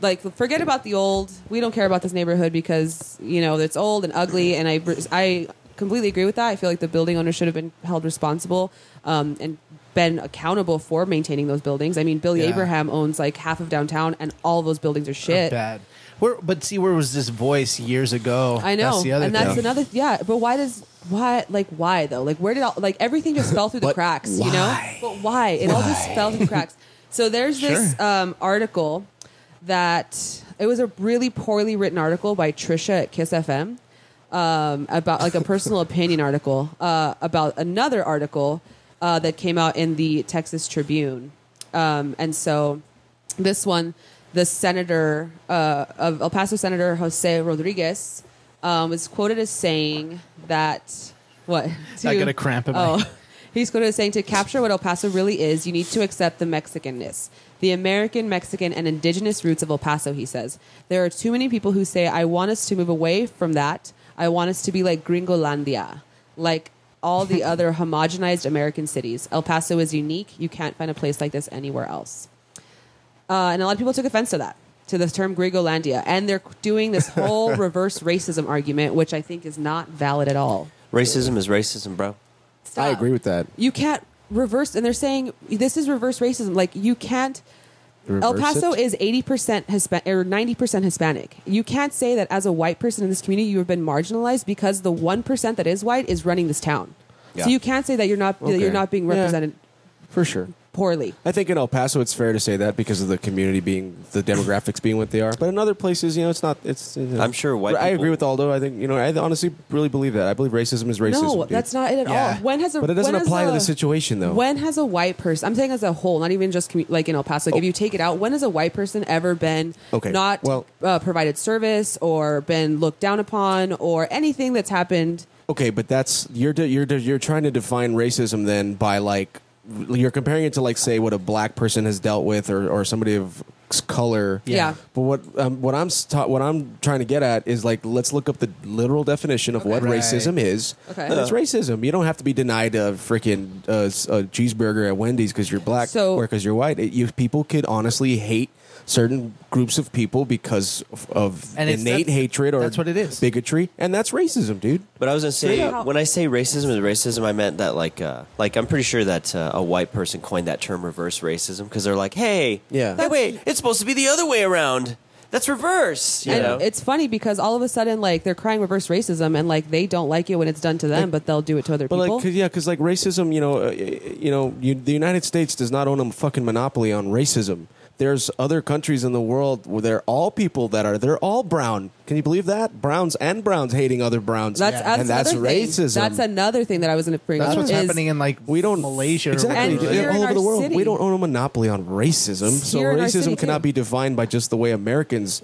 Speaker 1: like forget about the old we don't care about this neighborhood because you know it's old and ugly and i i completely agree with that i feel like the building owner should have been held responsible um, and been accountable for maintaining those buildings i mean billy
Speaker 4: Yeah.
Speaker 1: abraham owns like half of downtown and all those buildings are shit
Speaker 4: bad. Where, but see, where was this voice years ago?
Speaker 1: I know,
Speaker 4: that's the other
Speaker 1: and
Speaker 4: thing.
Speaker 1: that's another. Yeah, but why does why like why though? Like where did all like everything just fell through the
Speaker 2: But
Speaker 1: cracks? You know,
Speaker 2: why?
Speaker 1: but why it all just fell through the cracks? So there's this
Speaker 4: Sure.
Speaker 1: um, article that it was a really poorly written article by Trisha at Kiss FM um, about like a personal opinion article uh, about another article uh, that came out in the Texas Tribune, um, and so this one, the senator uh, of El Paso Senator Jose Rodriguez um, was quoted as saying that what
Speaker 4: I
Speaker 1: To-
Speaker 4: got a cramp in my-
Speaker 1: oh. He's quoted as saying to capture what El Paso really is, you need to accept the Mexicanness, the American, Mexican, and indigenous roots of El Paso, he says. There are too many people who say, I want us to move away from that. I want us to be like Gringolandia, like all the other homogenized American cities. El Paso is unique. You can't find a place like this anywhere else. Uh, and a lot of people took offense to that, to the term Gringolandia. And they're doing this whole reverse racism argument, which I think is not valid at all.
Speaker 3: Racism is racism, bro.
Speaker 2: I
Speaker 1: Stop
Speaker 2: agree with that.
Speaker 1: you can't reverse and they're saying this is reverse racism like you can't El
Speaker 2: Reverse
Speaker 1: Paso
Speaker 2: it?
Speaker 1: is 80% Hispanic or 90% Hispanic. You can't say that as a white person in this community you have been marginalized because the 1% that is white is running this town.
Speaker 3: Yeah.
Speaker 1: So you can't say that you're not that
Speaker 2: Okay.
Speaker 1: you're not being
Speaker 2: Yeah.
Speaker 1: represented
Speaker 2: for sure.
Speaker 1: poorly.
Speaker 2: I think in El Paso it's fair to say that because of the community being the demographics being what they are. But in other places, you know, it's not. It's. you know-
Speaker 3: I'm sure white
Speaker 2: I
Speaker 3: people-
Speaker 2: agree with Aldo. I think you know. I honestly really believe that. I believe racism is racism.
Speaker 1: no,
Speaker 2: dude.
Speaker 1: that's not it at
Speaker 4: Yeah.
Speaker 1: all. When has a
Speaker 2: But it doesn't
Speaker 1: when has
Speaker 2: apply to
Speaker 1: a-
Speaker 2: the situation though.
Speaker 1: When has a white person? I'm saying as a whole, not even just commu- like in El Paso. Like if you take it out, when has a white person ever been
Speaker 2: Oh. Okay,
Speaker 1: not
Speaker 2: well-
Speaker 1: uh, provided service or been looked down upon or anything that's happened?
Speaker 2: Okay, but that's you're de- you're de- you're trying to define racism then by like you're comparing it to like say what a black person has dealt with or, or somebody of s- color.
Speaker 1: Yeah. Yeah.
Speaker 2: But what um, what I'm s- ta- what I'm trying to get at is like let's look up the literal definition of what
Speaker 4: Okay. Right.
Speaker 2: racism is.
Speaker 1: Okay.
Speaker 2: And it's racism. You don't have to be denied a freaking uh, s- a cheeseburger at Wendy's because you're black
Speaker 1: So-
Speaker 2: or because you're white. It, you people could honestly hate certain groups of people because of, of
Speaker 4: And it's-
Speaker 2: innate
Speaker 4: that's-
Speaker 2: hatred or
Speaker 4: that's what it is.
Speaker 2: bigotry, and that's racism, dude.
Speaker 3: But I was gonna say
Speaker 1: Straight up.
Speaker 3: when I say racism is racism, I meant that like uh, like I'm pretty sure that uh, a white person coined that term reverse racism because they're like, hey,
Speaker 2: Yeah.
Speaker 3: hey, wait, it's supposed to be the other way around. That's reverse. You
Speaker 1: And
Speaker 3: know,
Speaker 1: it's funny because all of a sudden, like they're crying reverse racism, and like they don't like it when it's done to them, but they'll do it to other
Speaker 2: But
Speaker 1: people.
Speaker 2: like, 'cause- yeah, because like racism, you know, uh, you know, you, the United States does not own a fucking monopoly on racism. There's other countries in the world where they're all people that are they're all brown. Can you believe that? Browns and browns hating other browns.
Speaker 1: that's that's
Speaker 2: and that's
Speaker 1: another thing.
Speaker 2: racism.
Speaker 1: That's another thing that I was going to bring
Speaker 4: That's
Speaker 1: up.
Speaker 4: what's
Speaker 1: is
Speaker 4: happening in like
Speaker 2: we don't
Speaker 4: Malaysia or
Speaker 2: exactly
Speaker 1: And
Speaker 4: whatever.
Speaker 1: here in
Speaker 2: all over
Speaker 1: our
Speaker 2: the world.
Speaker 1: city-
Speaker 2: We don't own a monopoly on racism, so
Speaker 1: Here in our city,
Speaker 2: racism cannot
Speaker 1: too.
Speaker 2: be defined by just the way Americans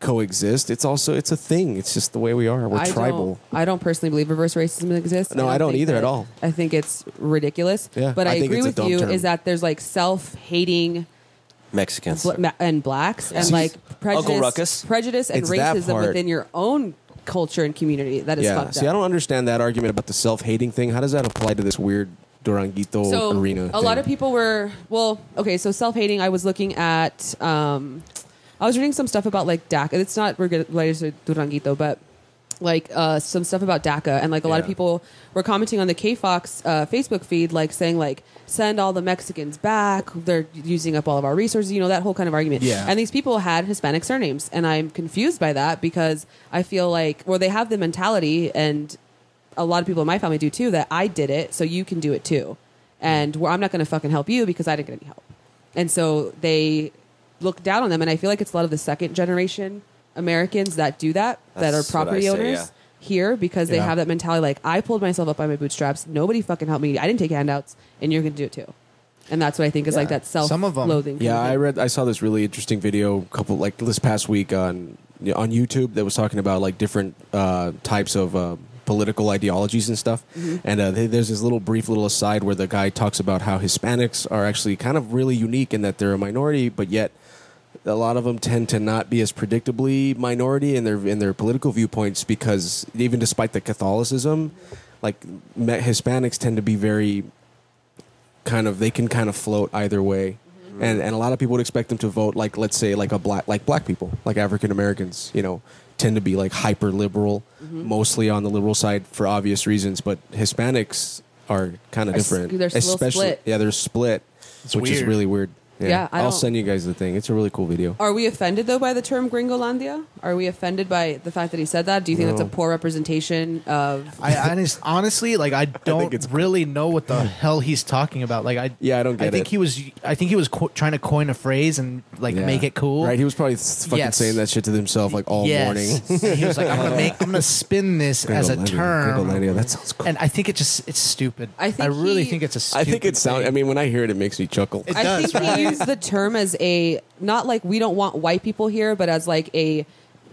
Speaker 2: coexist. It's also it's a thing. It's just the way we are. We're
Speaker 1: I
Speaker 2: tribal.
Speaker 1: Don't, I don't personally believe reverse racism exists.
Speaker 2: No, I don't
Speaker 1: think
Speaker 2: either
Speaker 1: that-
Speaker 2: at all.
Speaker 1: I think it's ridiculous.
Speaker 2: Yeah,
Speaker 1: but I,
Speaker 2: I think
Speaker 1: agree
Speaker 2: it's a
Speaker 1: with
Speaker 2: dumb
Speaker 1: you
Speaker 2: term.
Speaker 1: is that there's like self-hating
Speaker 3: Mexicans.
Speaker 1: bl- ma- and blacks and
Speaker 2: See,
Speaker 1: like prejudice,
Speaker 3: Uncle Ruckus?
Speaker 1: prejudice and
Speaker 2: It's that
Speaker 1: racism
Speaker 2: part.
Speaker 1: within your own culture and community. That is
Speaker 2: Yeah.
Speaker 1: fucked
Speaker 2: See,
Speaker 1: up.
Speaker 2: I don't understand that argument about the self-hating thing. How does that apply to this weird Duranguito
Speaker 1: so
Speaker 2: arena?
Speaker 1: a
Speaker 2: thing?
Speaker 1: lot of people were well okay so self-hating i was looking at um i was reading some stuff about like daca it's not reg- related to duranguito but like uh some stuff about daca and like a lot of
Speaker 3: Yeah.
Speaker 1: people were commenting on the k-fox uh, facebook feed like saying like send all the mexicans back they're using up all of our resources you know that whole kind of argument
Speaker 2: Yeah.
Speaker 1: and these people had hispanic surnames and i'm confused by that because i feel like well they have the mentality and a lot of people in my family do too that I did it, so you can do it too. And well, I'm not going to fucking help you because I didn't get any help. And so they look down on them. And I feel like it's a lot of the second generation Americans that do that, that are
Speaker 3: That's what I
Speaker 1: property
Speaker 3: say,
Speaker 1: owners
Speaker 3: yeah.
Speaker 1: here because they
Speaker 2: Yeah.
Speaker 1: have that mentality like, I pulled myself up by my bootstraps. Nobody fucking helped me. I didn't take handouts, and you're going to do it too. And that's what I think is like
Speaker 2: Yeah.
Speaker 1: that self
Speaker 4: Some of 'em.
Speaker 1: loathing.
Speaker 2: Yeah, I read. I saw this really interesting video couple like this past week on on YouTube that was talking about like different uh, types of. Uh, political ideologies and stuff
Speaker 1: Mm-hmm.
Speaker 2: and uh, they, there's this little brief little aside where the guy talks about how hispanics are actually kind of really unique in that they're a minority but yet a lot of them tend to not be as predictably minority in their in their political viewpoints because even despite the catholicism like me- hispanics tend to be very kind of they can kind of float either way.
Speaker 1: Mm-hmm.
Speaker 2: And and a lot of people would expect them to vote like let's say like a black like black people, like African Americans, you know, tend to be like hyper liberal,
Speaker 1: Mm-hmm.
Speaker 2: mostly on the liberal side for obvious reasons, but Hispanics are kind of
Speaker 1: s-
Speaker 2: different.
Speaker 1: they're s- a little split.
Speaker 2: Yeah, they're split, which is
Speaker 4: weird.
Speaker 2: really weird.
Speaker 1: Yeah, I
Speaker 2: I'll
Speaker 1: don't-
Speaker 2: send you guys the thing. It's a really cool video.
Speaker 1: Are we offended though by the term Gringolandia? Are we offended by the fact that he said that? Do you think that's a poor representation of?
Speaker 4: I, I honest- honestly like I don't
Speaker 2: it's-
Speaker 4: really know what the hell he's talking about. Like I
Speaker 2: Yeah, I don't
Speaker 4: I
Speaker 2: get
Speaker 4: think
Speaker 2: it.
Speaker 4: he was I think he was co- trying to coin a phrase and like
Speaker 2: Yeah.
Speaker 4: make it cool.
Speaker 2: right? He was probably s- fucking
Speaker 4: Yes.
Speaker 2: saying that shit to himself like all
Speaker 4: Yes.
Speaker 2: morning.
Speaker 4: And he was like I'm gonna make I'm gonna spin this as a
Speaker 2: Gringolandia,
Speaker 4: term.
Speaker 2: Gringolandia, that sounds cool.
Speaker 4: And I think it just it's stupid.
Speaker 1: I think
Speaker 4: really
Speaker 1: he-
Speaker 4: think it's a stupid
Speaker 2: I think it sounds. I mean, when I hear it, it makes me chuckle.
Speaker 4: It-
Speaker 1: I
Speaker 4: does,
Speaker 1: think
Speaker 4: right?
Speaker 1: he used the term as a not like we don't want white people here, but as like a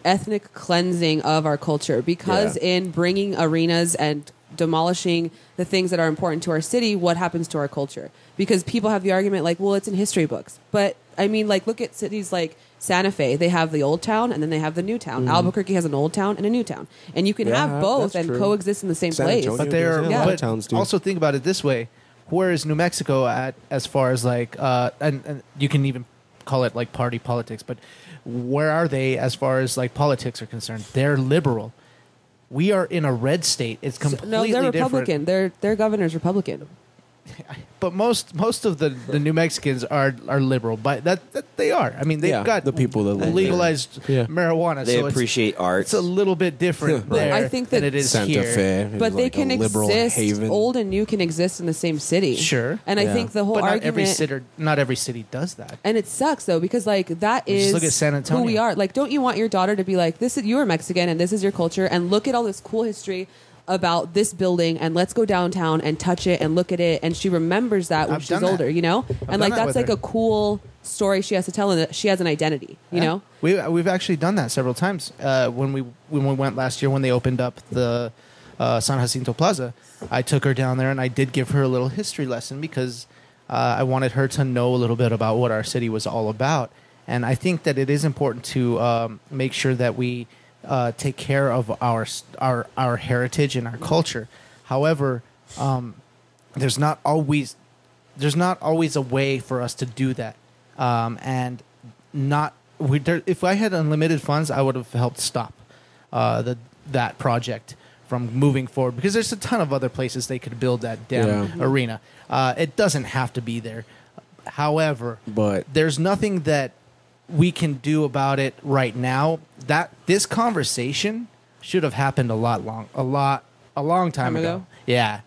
Speaker 1: ethnic cleansing of our culture because
Speaker 2: Yeah.
Speaker 1: in bringing arenas and demolishing the things that are important to our city, what happens to our culture? Because people have the argument like, well, it's in history books, but I mean, like, look at cities like Santa Fe. They have the old town and then they have the new town. Albuquerque has an old town and a new town, and you can
Speaker 2: Mm. Yeah,
Speaker 1: have both
Speaker 2: that's
Speaker 1: and
Speaker 2: true.
Speaker 1: coexist in the same
Speaker 2: San
Speaker 1: place.
Speaker 2: Antonio.
Speaker 4: but they're
Speaker 2: Yeah, a lot
Speaker 4: but
Speaker 2: of towns do.
Speaker 4: also think about it this way where is new mexico at as far as like uh and, and you can even call it like party politics but where are they as far as like politics are concerned they're liberal we are in a red state it's completely
Speaker 1: No, they're
Speaker 4: different.
Speaker 1: Republican. Their their governor's Republican.
Speaker 4: but most most of the the new mexicans are are liberal but that, that they are i mean they've
Speaker 2: Yeah,
Speaker 4: got
Speaker 2: the people that live
Speaker 4: legalized
Speaker 2: there. Yeah.
Speaker 4: marijuana
Speaker 3: They
Speaker 4: so it's-
Speaker 3: appreciate art.
Speaker 4: it's a little bit different
Speaker 2: Right.
Speaker 4: there
Speaker 1: I think
Speaker 4: than
Speaker 1: that
Speaker 4: it is
Speaker 2: Santa
Speaker 4: here.
Speaker 2: Fe, is
Speaker 1: but they
Speaker 2: like a
Speaker 1: can
Speaker 2: liberal
Speaker 1: exist.
Speaker 2: haven.
Speaker 1: Old and new can exist in the same city.
Speaker 4: Sure.
Speaker 1: And I
Speaker 2: Yeah.
Speaker 1: think the whole
Speaker 4: but not
Speaker 1: argument.
Speaker 4: every city not every city does that
Speaker 1: and it sucks though because like that
Speaker 4: Just
Speaker 1: is
Speaker 4: look at San Antonio.
Speaker 1: who we are. Like, don't you want your daughter to be like, "This is you are Mexican and this is your culture," and look at all this cool history about this building and let's go downtown and touch it and look at it and she remembers that when
Speaker 4: I've
Speaker 1: she's
Speaker 4: done that.
Speaker 1: older, you know.
Speaker 4: done
Speaker 1: and like
Speaker 4: that
Speaker 1: that's
Speaker 4: with
Speaker 1: like
Speaker 4: her.
Speaker 1: a cool story she has to tell and that she has an identity, you
Speaker 4: Yeah.
Speaker 1: know.
Speaker 4: we we've actually done that several times. Uh, when we when we went last year when they opened up the uh, San Jacinto Plaza, I took her down there and I did give her a little history lesson because uh, I wanted her to know a little bit about what our city was all about. And I think that it is important to um, make sure that we uh, take care of our s- our our heritage and our culture. However, um, there's not always there's not always a way for us to do that um, and not we there, if i had unlimited funds i would have helped stop uh, the, that project from moving forward because there's a ton of other places they could build that damn
Speaker 2: Yeah.
Speaker 4: arena uh, it doesn't have to be there however
Speaker 2: But-
Speaker 4: there's nothing that we can do about it right now that this conversation should have happened a lot long a lot a long time
Speaker 1: Time
Speaker 4: ago.
Speaker 1: ago?
Speaker 4: Yeah,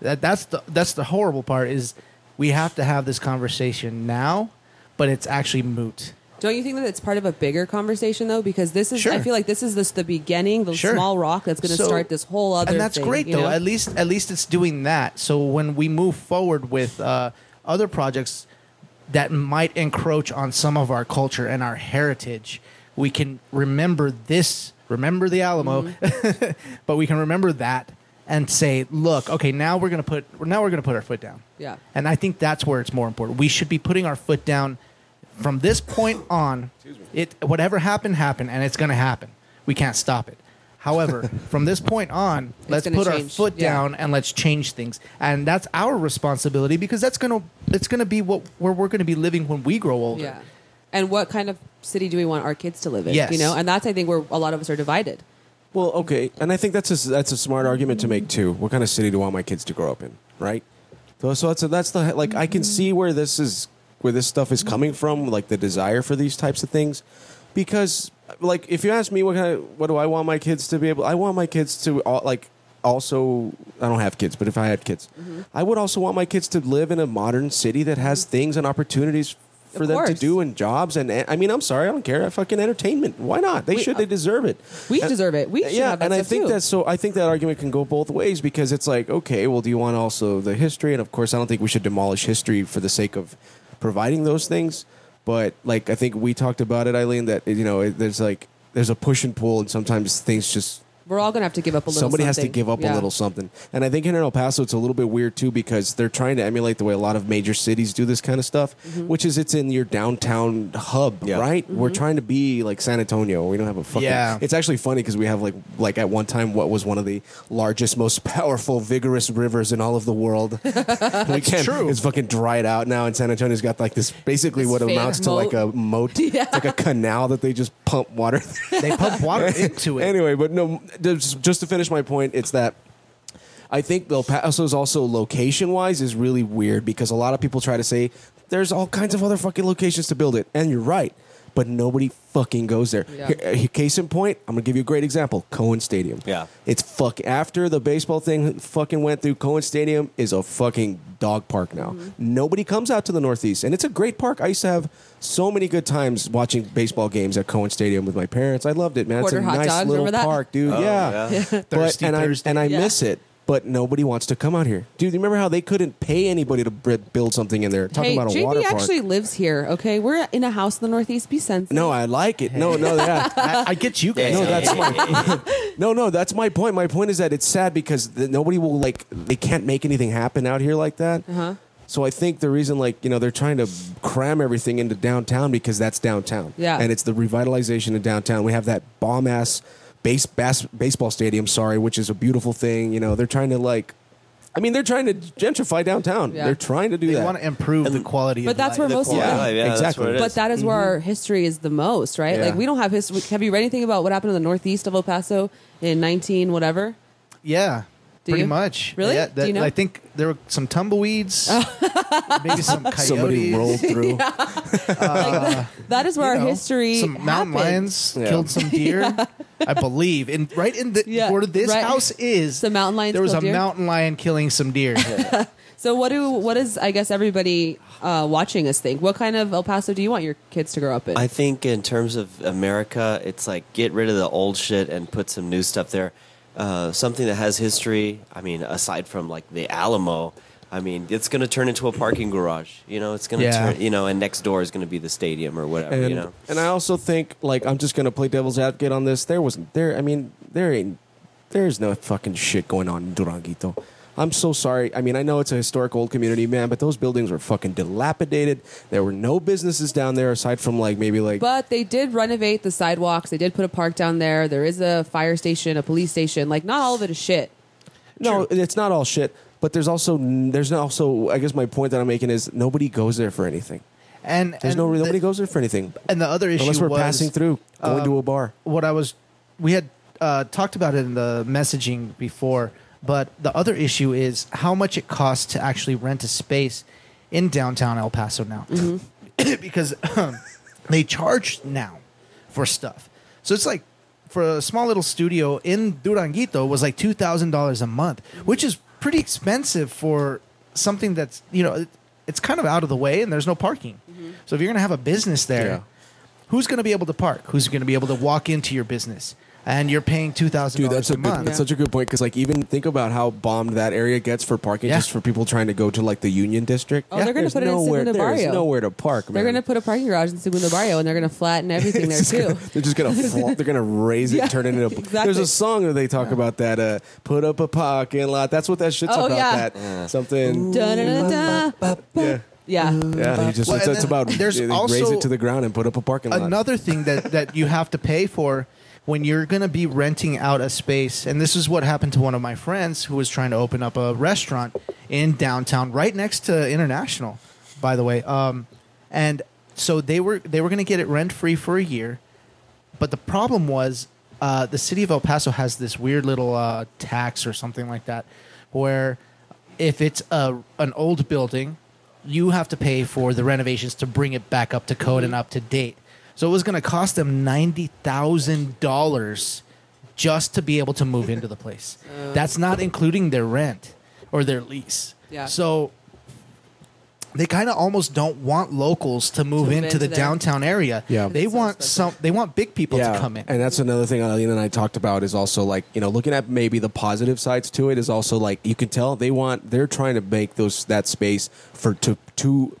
Speaker 4: that that's the that's the horrible part is we have to have this conversation now, but it's actually moot.
Speaker 1: Don't you think that it's part of a bigger conversation though? Because this is, I
Speaker 4: Sure.
Speaker 1: feel like this is just the beginning, the
Speaker 4: Sure.
Speaker 1: small rock that's going to
Speaker 4: So-
Speaker 1: start this whole other.
Speaker 4: and that's
Speaker 1: thing,
Speaker 4: great
Speaker 1: you
Speaker 4: though.
Speaker 1: know?
Speaker 4: At least at least it's doing that. So when we move forward with uh, other projects that might encroach on some of our culture and our heritage, we can remember this. Remember the Alamo,
Speaker 1: Mm-hmm.
Speaker 4: but we can remember that and say, look, okay, now we're gonna put now we're gonna put our foot down.
Speaker 1: Yeah.
Speaker 4: And I think that's where it's more important. We should be putting our foot down from this point on. It whatever happened happened, and it's going to happen. We can't stop it. However, from this point on, let's
Speaker 1: gonna
Speaker 4: put our
Speaker 1: change,
Speaker 4: foot
Speaker 1: yeah.
Speaker 4: down and let's change things. And that's our responsibility because that's going to it's going to be what where we're going to be living when we grow older.
Speaker 1: Yeah. And what kind of city do we want our kids to live in?
Speaker 4: Yes.
Speaker 1: You know, and that's I think where a lot of us are divided.
Speaker 2: Well, okay, and I think that's a that's a smart argument to make too. What kind of city do I want my kids to grow up in, right? So, so that's that's the like I can see where this is where this stuff is coming from, like the desire for these types of things, because like if you ask me what kind of, what do I want my kids to be able, I want my kids to all, like also I don't have kids, but if I had kids,
Speaker 1: Mm-hmm.
Speaker 2: I would also want my kids to live in a modern city that has things and opportunities. For
Speaker 1: Of
Speaker 2: them to
Speaker 1: course.
Speaker 2: do and jobs and I mean I'm sorry I don't care I fucking entertainment why not they
Speaker 1: We- uh,
Speaker 2: should they deserve it
Speaker 1: We
Speaker 2: And-
Speaker 1: deserve it. We should
Speaker 2: yeah,
Speaker 1: have that
Speaker 2: and I
Speaker 1: stuff,
Speaker 2: think
Speaker 1: too.
Speaker 2: that's so. I think that argument can go both ways because it's like, okay, well, do you want also the history? And of course, I don't think we should demolish history for the sake of providing those things. But like, I think we talked about it, Eileen. That you know, it, there's like there's a push and pull, and sometimes things just
Speaker 1: We're all gonna have to give up a little.
Speaker 2: somebody has to
Speaker 1: something.
Speaker 2: give up
Speaker 1: Yeah.
Speaker 2: a little something. And I think in El Paso, it's a little bit weird too because they're trying to emulate the way a lot of major cities do this kind of stuff,
Speaker 1: Mm-hmm.
Speaker 2: which is it's in your downtown hub,
Speaker 3: Yeah.
Speaker 2: right? We're trying to be like San Antonio. We don't have a fucking.
Speaker 4: Yeah.
Speaker 2: It's actually funny because we have like like at one time what was one of the largest, most powerful, vigorous rivers in all of the world. we can't.
Speaker 4: true.
Speaker 2: It's fucking dried out now, and San Antonio's got like this basically
Speaker 1: This
Speaker 2: what
Speaker 1: fake
Speaker 2: amounts to like a moat, It's like a canal that they just pump water. through
Speaker 4: They pump water into it.
Speaker 2: anyway, but no, just, just to finish my point, it's that I think El Paso's also location wise is really weird because a lot of people try to say there's all kinds of other fucking locations to build it, and you're right, but nobody fucking goes there.
Speaker 1: Yeah.
Speaker 2: Here- here- case in point, I'm gonna give you a great example: Cohen Stadium.
Speaker 3: Yeah.
Speaker 2: it's fuck after the baseball thing fucking went through. Cohen Stadium is a fucking dog park now.
Speaker 4: Mm-hmm.
Speaker 2: Nobody comes out to the Northeast, and it's a great park. I used to have so many good times watching baseball games at Cohen Stadium with my parents. I loved it, man.
Speaker 1: Quarter
Speaker 2: it's a
Speaker 1: hot
Speaker 2: nice
Speaker 1: dogs,
Speaker 2: little
Speaker 1: remember that?
Speaker 2: park, dude.
Speaker 3: Oh,
Speaker 2: yeah.
Speaker 3: yeah.
Speaker 2: But,
Speaker 4: Thirsty
Speaker 2: and I
Speaker 4: Thursday.
Speaker 2: and I
Speaker 1: Yeah.
Speaker 2: miss it. But nobody wants to come out here, dude. You remember how they couldn't pay anybody to bri- build something in there? Talking
Speaker 1: hey,
Speaker 2: about a
Speaker 1: JB
Speaker 2: water park.
Speaker 1: actually lives here. Okay, we're in a house in the Northeast. Be sensitive.
Speaker 2: no, I like it. No, no, yeah.
Speaker 4: I, I get you guys.
Speaker 2: No,
Speaker 3: Yeah.
Speaker 2: that's my no, no. That's my point. My point is that it's sad because th nobody will like they can't make anything happen out here like that.
Speaker 1: Uh-huh.
Speaker 2: So I think the reason like you know they're trying to cram everything into downtown because that's downtown.
Speaker 1: Yeah.
Speaker 2: and it's the revitalization of downtown. We have that bomb ass base bas- baseball stadium. Sorry, which is a beautiful thing. You know they're trying to like. I mean, they're trying to gentrify downtown.
Speaker 1: Yeah.
Speaker 2: They're trying to do
Speaker 4: They
Speaker 2: that.
Speaker 4: want to improve the quality.
Speaker 1: But
Speaker 4: of
Speaker 1: that's
Speaker 4: life.
Speaker 1: where most of
Speaker 3: Yeah,
Speaker 1: them-
Speaker 3: yeah, that's
Speaker 2: Exactly.
Speaker 3: what it is.
Speaker 1: But that is where our history is the most, right?
Speaker 2: Mm-hmm. Yeah.
Speaker 1: Like we don't have history. Have you read anything about what happened in the northeast of El Paso in nineteen whatever?
Speaker 4: Yeah.
Speaker 1: Do
Speaker 4: pretty
Speaker 1: you?
Speaker 4: much.
Speaker 1: Really?
Speaker 4: Yeah,
Speaker 1: Do
Speaker 4: that-
Speaker 1: you know?
Speaker 4: I think there were some tumbleweeds, maybe some coyotes.
Speaker 2: Somebody rolled through.
Speaker 1: That is where
Speaker 4: you
Speaker 1: our
Speaker 4: know,
Speaker 1: history
Speaker 4: Some mountain
Speaker 1: happened.
Speaker 4: lions
Speaker 2: Yeah.
Speaker 4: killed some deer, I believe. And right in the
Speaker 1: Yeah,
Speaker 4: where this
Speaker 1: right.
Speaker 4: house is,
Speaker 1: The mountain lions
Speaker 4: There was a
Speaker 1: killed deer?
Speaker 4: mountain lion killing some deer.
Speaker 1: So what do what is I guess everybody uh, watching us think? What kind of El Paso do you want your kids to grow up in?
Speaker 3: I think in terms of America, it's like get rid of the old shit and put some new stuff there. Uh, something that has history. I mean, aside from like the Alamo, I mean, it's going to turn into a parking garage. You know, it's going to
Speaker 4: Yeah.
Speaker 3: turn. You know, and next door is going to be the stadium or whatever.
Speaker 2: And,
Speaker 3: you know,
Speaker 2: and I also think like I'm just gonna play devil's advocate on this. There wasn't there. I mean, there ain't there's no fucking shit going on in Duranguito. I'm so sorry. I mean, I know it's a historic old community, man, but those buildings were fucking dilapidated. There were no businesses down there aside from like maybe like
Speaker 1: but they did renovate the sidewalks. They did put a park down there. There is a fire station, a police station. Like not all of it is shit.
Speaker 2: no, it's not all shit. But there's also there's not also I guess my point that I'm making is nobody goes there for anything.
Speaker 4: And
Speaker 2: There's
Speaker 4: and
Speaker 2: no nobody
Speaker 4: the, Um,
Speaker 2: goes there for anything
Speaker 4: And the other issue
Speaker 2: unless we're
Speaker 4: was
Speaker 2: passing through, going to a bar.
Speaker 4: what I was we had uh, talked about it in the messaging before, but the other issue is how much it costs to actually rent a space in downtown El Paso now, because um, they charge now for stuff. So it's like for a small little studio in Duranguito was like two thousand dollars a month, which is pretty expensive for something that's you know it, it's kind of out of the way and there's no parking. So if you're gonna have a business there
Speaker 2: Yeah.
Speaker 4: who's going to be able to park? Who's going to be able to walk into your business? And you're paying two thousand
Speaker 2: Dude,
Speaker 4: dollars
Speaker 2: that's
Speaker 4: a,
Speaker 2: a good,
Speaker 4: month.
Speaker 2: that's such a good point because like even think about how bombed that area gets for parking
Speaker 4: Yeah.
Speaker 2: just for people trying to go to like the Union District.
Speaker 1: Oh, they're gonna
Speaker 2: There's
Speaker 1: put it in
Speaker 2: nowhere,
Speaker 1: Segundo
Speaker 2: there's
Speaker 1: Barrio.
Speaker 2: nowhere to park.
Speaker 1: They're
Speaker 2: man.
Speaker 1: going to put a parking garage in Segundo Barrio, and they're going to flatten everything there
Speaker 2: It's
Speaker 1: too.
Speaker 2: gonna- They're just gonna fl- they're gonna raise it,
Speaker 1: Yeah,
Speaker 2: turn it into. A,
Speaker 1: exactly.
Speaker 2: There's a song that they talk about that. Uh, put up a parking lot. That's what that shit's
Speaker 1: Oh,
Speaker 2: about.
Speaker 1: yeah.
Speaker 2: That something.
Speaker 1: Da-da-da-da.
Speaker 2: Yeah.
Speaker 1: Yeah.
Speaker 2: Yeah, they just,
Speaker 4: Well,
Speaker 2: it's,
Speaker 4: and
Speaker 2: it's
Speaker 4: then
Speaker 2: about
Speaker 4: there's
Speaker 2: they raise
Speaker 4: also
Speaker 2: it to the ground and put up a parking lot.
Speaker 4: Another thing that that you have to pay for when you're going to be renting out a space, and this is what happened to one of my friends who was trying to open up a restaurant in downtown, right next to International, by the way. Um, and so they were they were going to get it rent free for a year, But the problem was uh, the city of El Paso has this weird little uh, tax or something like that, where if it's a, an old building, you have to pay for the renovations to bring it back up to code and up to date. So it was going to cost them ninety thousand dollars just to be able to move into the place.
Speaker 1: Uh.
Speaker 4: That's not including their rent or their lease.
Speaker 1: Yeah.
Speaker 4: So they kind of almost don't want locals to move
Speaker 1: move
Speaker 4: into,
Speaker 1: into
Speaker 4: the
Speaker 1: there.
Speaker 4: downtown area.
Speaker 2: Yeah.
Speaker 4: They
Speaker 1: It's so
Speaker 4: want
Speaker 1: expensive.
Speaker 4: some they want big people to come in.
Speaker 2: And that's another thing Eileen and I talked about is also like, you know, looking at maybe the positive sides to it is also like you can tell they want they're trying to make those that space for to to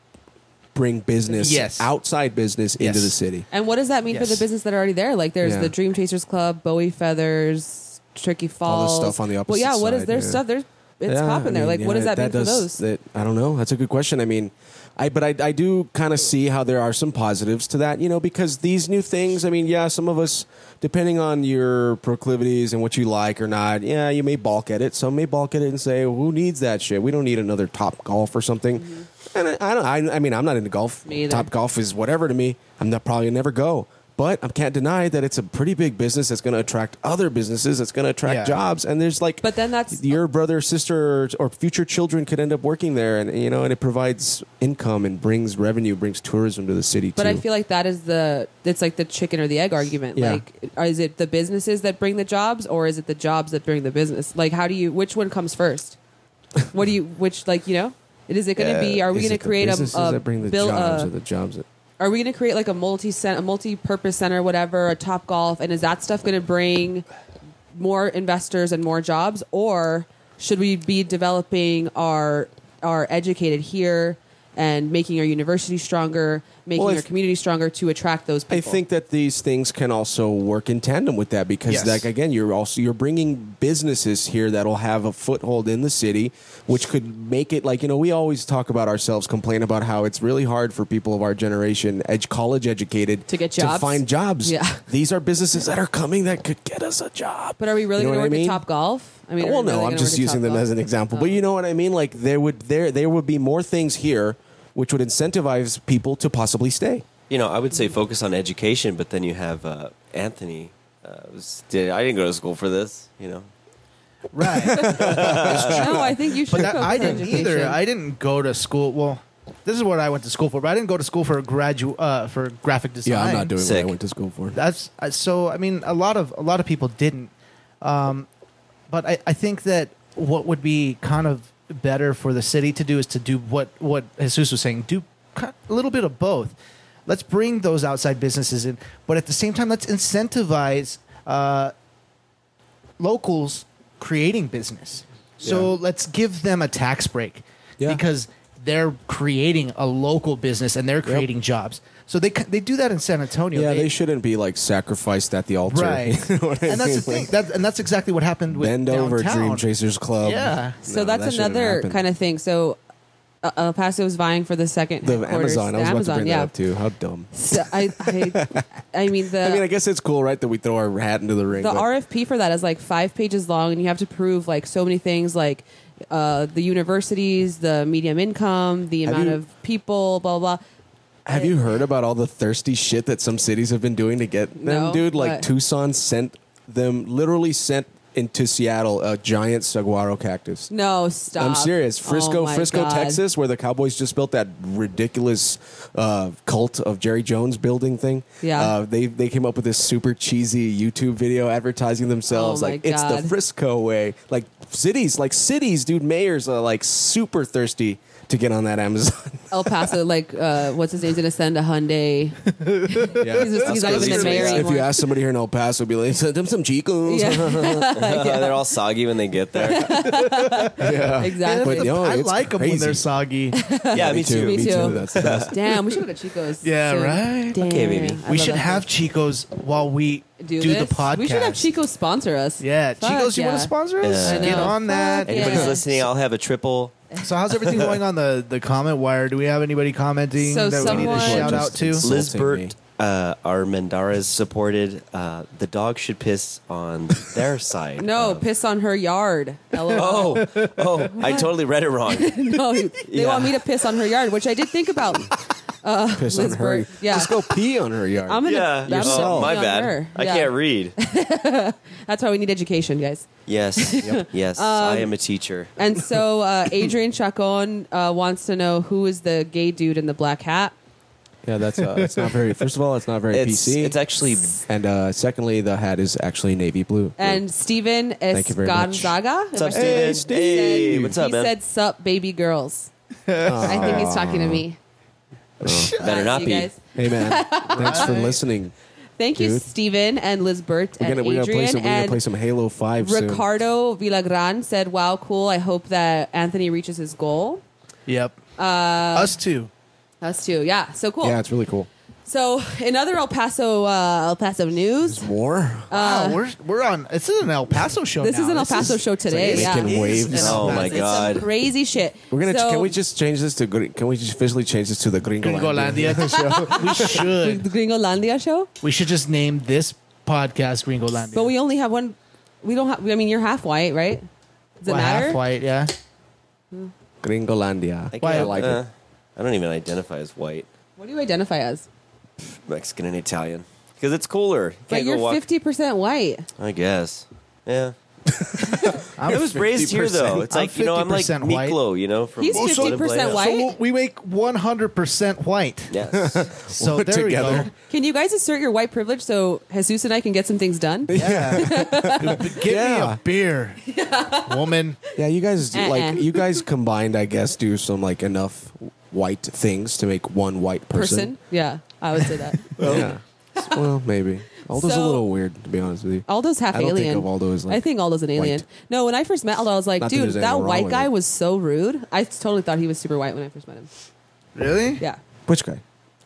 Speaker 2: bring business
Speaker 4: Yes.
Speaker 2: outside business
Speaker 4: Yes.
Speaker 2: into the city.
Speaker 1: And what does that mean for
Speaker 4: Yes.
Speaker 1: the business that are already there? Like there's
Speaker 2: Yeah.
Speaker 1: the Dream Chasers Club, Bowie Feathers, Tricky Falls.
Speaker 2: stuff on the
Speaker 1: Well,
Speaker 2: opposite
Speaker 1: yeah, what is
Speaker 2: side,
Speaker 1: their
Speaker 2: yeah.
Speaker 1: stuff? There's it's
Speaker 2: Yeah,
Speaker 1: popping there.
Speaker 2: I mean,
Speaker 1: Like what does
Speaker 2: yeah,
Speaker 1: that, mean for those?
Speaker 2: That, I don't know. That's a good question. I mean, I but I, I do kind of see how there are some positives to that, you know, because these new things. I mean, yeah, some of us, depending on your proclivities and what you like or not, yeah, you may balk at it. Some may balk at it and say, "Who needs that shit? We don't need another top golf or something." And I, I don't. I, I mean, I'm not into golf.
Speaker 1: Mm-hmm. Me either.
Speaker 2: top golf is whatever to me. I'm not probably never go. But I can't deny that it's a pretty big business that's going to attract other businesses. That's going to attract
Speaker 4: Yeah.
Speaker 2: jobs, and there's like.
Speaker 1: But then that's-
Speaker 2: your brother, sister, or- or future children could end up working there, and you know, and it provides income and brings revenue, brings tourism to the city
Speaker 1: But
Speaker 2: too.
Speaker 1: I feel like that is the it's like the chicken or the egg argument.
Speaker 2: Yeah.
Speaker 1: Like, is it the businesses that bring the jobs, or is it the jobs that bring the business? Like, how do you which one comes first? What do you which like you know? Is it going to be? Are we
Speaker 2: Uh,
Speaker 1: going
Speaker 2: Is
Speaker 1: to
Speaker 2: it the
Speaker 1: create a,
Speaker 2: businesses
Speaker 1: a
Speaker 2: that bring the
Speaker 1: bill- uh,
Speaker 2: jobs
Speaker 1: a-
Speaker 2: or the jobs that
Speaker 1: Are we going to create like a multi a multi purpose center, whatever, a Top Golf, and is that stuff going to bring more investors and more jobs, or should we be developing our our educated here and making our university stronger, making
Speaker 2: Well, I
Speaker 1: our
Speaker 2: th-
Speaker 1: community stronger to attract those people?
Speaker 2: I think that these things can also work in tandem with that because,
Speaker 4: Yes.
Speaker 2: like again, you're also you're bringing businesses here that'll have a foothold in the city, which could make it like you know we always talk about ourselves, complain about how it's really hard for people of our generation, edge college educated,
Speaker 1: To get jobs.
Speaker 2: to find jobs.
Speaker 1: Yeah.
Speaker 2: these are businesses that are coming that could get us a job.
Speaker 1: But are we really
Speaker 2: You know
Speaker 1: going
Speaker 2: what
Speaker 1: to work
Speaker 2: I mean?
Speaker 1: at Top Golf? I mean, are
Speaker 2: well,
Speaker 1: we
Speaker 2: no,
Speaker 1: really
Speaker 2: I'm
Speaker 1: gonna
Speaker 2: just
Speaker 1: work at
Speaker 2: using
Speaker 1: Topgolf?
Speaker 2: them as an example.
Speaker 1: Oh.
Speaker 2: But you know what I mean? Like there would there there would be more things here, which would incentivize people to possibly stay.
Speaker 3: you know, I would say focus on education, but then you have uh, Anthony. Uh, was, did, I didn't go to school for this, you know.
Speaker 4: Right.
Speaker 1: Oh. No, I think you should.
Speaker 4: but that, I
Speaker 1: focus on
Speaker 4: didn't either.
Speaker 1: education.
Speaker 4: I didn't go to school. Well, this is what I went to school for, but I didn't go to school for gradu- uh, for graphic design.
Speaker 3: Sick.
Speaker 2: to school for.
Speaker 4: That's uh, so. I mean, a lot of a lot of people didn't, um, but I, I think that what would be kind of better for the city to do is to do what what Jesus was saying. Do ki- a little bit of both. Let's bring those outside businesses in, but at the same time, let's incentivize uh, locals creating business. So let's give them a tax break
Speaker 2: Yeah.
Speaker 4: because they're creating a local business and they're creating jobs. So they c- they do that in San Antonio.
Speaker 2: Yeah, they shouldn't be like sacrificed at the altar.
Speaker 4: Right.
Speaker 2: You know what I
Speaker 4: and that's the
Speaker 2: mean?
Speaker 4: thing.
Speaker 2: Like,
Speaker 4: That, and that's exactly what happened with
Speaker 2: Bend over,
Speaker 4: downtown.
Speaker 2: Dream Chasers Club.
Speaker 4: Yeah.
Speaker 1: So
Speaker 2: No, that
Speaker 1: that's
Speaker 2: shouldn't
Speaker 1: another
Speaker 2: happen.
Speaker 1: kind of thing. So uh, El Paso is vying for the second
Speaker 2: The
Speaker 1: headquarters-
Speaker 2: Amazon. I was
Speaker 1: the Amazon,
Speaker 2: about to bring
Speaker 1: yeah.
Speaker 2: that up too. How dumb.
Speaker 1: So I, I, I mean the
Speaker 2: I mean, I guess it's cool, right, that we throw our hat into the ring.
Speaker 1: the
Speaker 2: but-
Speaker 1: RFP for that is like five pages long, and you have to prove like so many things, like uh, the universities, the medium income, the
Speaker 2: Have
Speaker 1: amount
Speaker 2: you-
Speaker 1: of people, blah blah. blah.
Speaker 2: Have you heard about all the thirsty shit that some cities have been doing to get them,
Speaker 1: No,
Speaker 2: dude? Like
Speaker 1: what?
Speaker 2: Tucson sent them, literally sent into Seattle a giant saguaro cactus.
Speaker 1: No, stop.
Speaker 2: I'm serious.
Speaker 1: Oh
Speaker 2: Frisco,
Speaker 1: my
Speaker 2: Frisco,
Speaker 1: God.
Speaker 2: Texas, where the Cowboys just built that ridiculous uh, cult of Jerry Jones building thing.
Speaker 1: Yeah.
Speaker 2: Uh, they they came up with this super cheesy YouTube video advertising themselves
Speaker 1: Oh my
Speaker 2: like it's the
Speaker 1: God.
Speaker 2: Frisco way. Like cities, like cities, dude. Mayors are like super thirsty to get on that Amazon.
Speaker 1: El Paso, like uh, what's his name's gonna send a Hyundai.
Speaker 2: yeah.
Speaker 1: He's, just, he's not
Speaker 3: That's
Speaker 1: even the
Speaker 3: crazy.
Speaker 1: mayor
Speaker 3: Yeah.
Speaker 2: if
Speaker 1: anymore.
Speaker 2: you ask somebody here in El Paso, be like, send them some chicos.
Speaker 1: yeah,
Speaker 3: They're all soggy when they get there.
Speaker 1: exactly.
Speaker 2: But, yo,
Speaker 4: I
Speaker 2: it's
Speaker 4: like them when
Speaker 2: crazy.
Speaker 4: they're soggy.
Speaker 3: yeah, me too.
Speaker 1: Me
Speaker 2: Me
Speaker 1: too.
Speaker 2: too. That's the best.
Speaker 1: Damn, we should go to Chico's.
Speaker 4: Yeah,
Speaker 1: soon.
Speaker 4: right?
Speaker 1: Damn,
Speaker 3: Okay, baby.
Speaker 1: I
Speaker 4: we
Speaker 1: love
Speaker 4: should
Speaker 1: that
Speaker 4: have
Speaker 1: place.
Speaker 4: Chicos while we do, the
Speaker 1: this.
Speaker 4: podcast.
Speaker 1: We should have Chico sponsor us.
Speaker 4: Yeah,
Speaker 1: Fuck
Speaker 4: Chicos, you want
Speaker 1: yeah.
Speaker 4: to sponsor us?
Speaker 3: Yeah. I
Speaker 4: Get
Speaker 1: know.
Speaker 4: on that.
Speaker 1: Fuck
Speaker 3: Anybody's
Speaker 1: Yeah.
Speaker 3: listening, I'll have a triple.
Speaker 4: So how's everything going on the the comment wire? Do we have anybody commenting
Speaker 1: So
Speaker 4: that we need
Speaker 1: someone-
Speaker 4: to shout out to?
Speaker 2: Just- Insulting me.
Speaker 3: Lisbert uh, Armendariz supported uh, the dog should piss on their side.
Speaker 1: No,
Speaker 3: of-
Speaker 1: piss on her yard. LOL.
Speaker 3: Oh, oh! I totally read it wrong.
Speaker 1: No, they
Speaker 3: Yeah.
Speaker 1: want me to piss on her yard, which I did think about.
Speaker 2: Piss
Speaker 1: Liz
Speaker 2: on her.
Speaker 1: Burt, yeah.
Speaker 2: Just go pee on her yard.
Speaker 1: I'm gonna.
Speaker 3: Yeah,
Speaker 1: I'm gonna
Speaker 3: oh,
Speaker 1: pee
Speaker 3: my
Speaker 1: on
Speaker 3: bad.
Speaker 1: her.
Speaker 3: I
Speaker 1: Yeah.
Speaker 3: can't read.
Speaker 1: That's why we need education, guys.
Speaker 3: Yes, yes,
Speaker 1: Um,
Speaker 3: I am a teacher.
Speaker 1: And so uh, Adrian Chacon uh, wants to know who is the gay dude in the black hat.
Speaker 2: Yeah, that's uh, it's not very. First of all, it's not very
Speaker 3: It's
Speaker 2: PC.
Speaker 3: it's actually
Speaker 2: and uh, secondly, the hat is actually navy blue.
Speaker 1: And Steven
Speaker 2: you very much.
Speaker 1: Esgonzaga.
Speaker 3: What's up,
Speaker 1: Am I-
Speaker 3: Steven?
Speaker 2: Steve.
Speaker 3: Hey, what's up,
Speaker 1: he
Speaker 3: man?
Speaker 1: said, "Sup, baby girls." I think he's talking to me.
Speaker 3: Better
Speaker 1: Uh,
Speaker 3: not
Speaker 1: you
Speaker 3: be.
Speaker 1: guys.
Speaker 2: hey man, thanks for listening.
Speaker 1: Thank you,
Speaker 2: Dude.
Speaker 1: Steven and Liz Burt
Speaker 2: We're
Speaker 1: and
Speaker 2: gonna, we're gonna play
Speaker 1: Adrian
Speaker 2: some. We're gonna
Speaker 1: and
Speaker 2: play some Halo Five soon.
Speaker 1: Ricardo Villagran said, "Wow, cool. I hope that Anthony reaches his goal."
Speaker 4: Yep.
Speaker 1: Uh,
Speaker 4: us too.
Speaker 1: Us too. Yeah. So cool.
Speaker 2: Yeah, it's really cool.
Speaker 1: So in other El Paso, uh, El Paso news.
Speaker 2: War.
Speaker 1: Uh,
Speaker 4: wow, we're we're on. This is an El Paso show.
Speaker 1: This
Speaker 4: Oh, now.
Speaker 1: is an El Paso show today.
Speaker 2: it's
Speaker 1: yeah.
Speaker 2: like making
Speaker 1: It's
Speaker 2: waves.
Speaker 4: an El
Speaker 3: Oh my
Speaker 4: Paso.
Speaker 1: some
Speaker 3: god!
Speaker 1: crazy shit.
Speaker 2: we're gonna.
Speaker 1: So-
Speaker 2: can we just change this to? Gr- Can we just officially change this to the Gringolandia?
Speaker 4: Gringolandia show. we should.
Speaker 1: the Gringolandia show?
Speaker 4: We should just name this podcast Gringolandia.
Speaker 1: But we only have one. We don't have. I mean, you're half white, right? Does it
Speaker 4: Well,
Speaker 1: matter?
Speaker 4: half white, yeah.
Speaker 2: Gringolandia. Uh-uh.
Speaker 3: I,
Speaker 4: Why-
Speaker 2: I like
Speaker 3: uh,
Speaker 2: it.
Speaker 3: I don't even identify as white,
Speaker 1: What do you identify as?
Speaker 3: Mexican and Italian. because it's cooler. You
Speaker 1: But
Speaker 3: can't go
Speaker 1: you're
Speaker 3: walk.
Speaker 1: fifty percent white.
Speaker 3: I guess. Yeah.
Speaker 4: I'm
Speaker 3: I was raised here though.
Speaker 2: 50%.
Speaker 3: It's like you know, I'm like
Speaker 4: 50% white.
Speaker 3: Miklo. You know, from
Speaker 1: He's
Speaker 3: Blood and
Speaker 1: 50%
Speaker 3: Blade.
Speaker 1: white.
Speaker 4: So we make 100% white.
Speaker 3: Yes.
Speaker 4: So
Speaker 2: We're
Speaker 4: there
Speaker 2: together.
Speaker 4: we
Speaker 1: Can you guys assert your white privilege so Jesus and I can get some things done?
Speaker 2: Yeah,
Speaker 4: go. Give me
Speaker 2: Yeah.
Speaker 4: a beer, woman.
Speaker 2: yeah. You guys do-
Speaker 1: Uh-uh.
Speaker 2: like you guys combined, I guess, do some like enough white things to make one white
Speaker 1: Person.
Speaker 2: person.
Speaker 1: Yeah, I would say that.
Speaker 2: Yeah. well, maybe Aldo's
Speaker 1: So-
Speaker 2: a little weird, to be honest with you.
Speaker 1: Aldo's half
Speaker 2: I don't think
Speaker 1: alien.
Speaker 2: of Aldo as, like,
Speaker 1: I think Aldo's an alien.
Speaker 2: white.
Speaker 1: No, when I first met Aldo, I was like,
Speaker 2: Not that
Speaker 1: dude,
Speaker 2: there's
Speaker 1: that,
Speaker 2: anything wrong
Speaker 1: white
Speaker 2: with
Speaker 1: guy
Speaker 2: it.
Speaker 1: was so rude. I totally thought he was super white when I first met him.
Speaker 4: Really?
Speaker 1: Yeah,
Speaker 2: Which guy?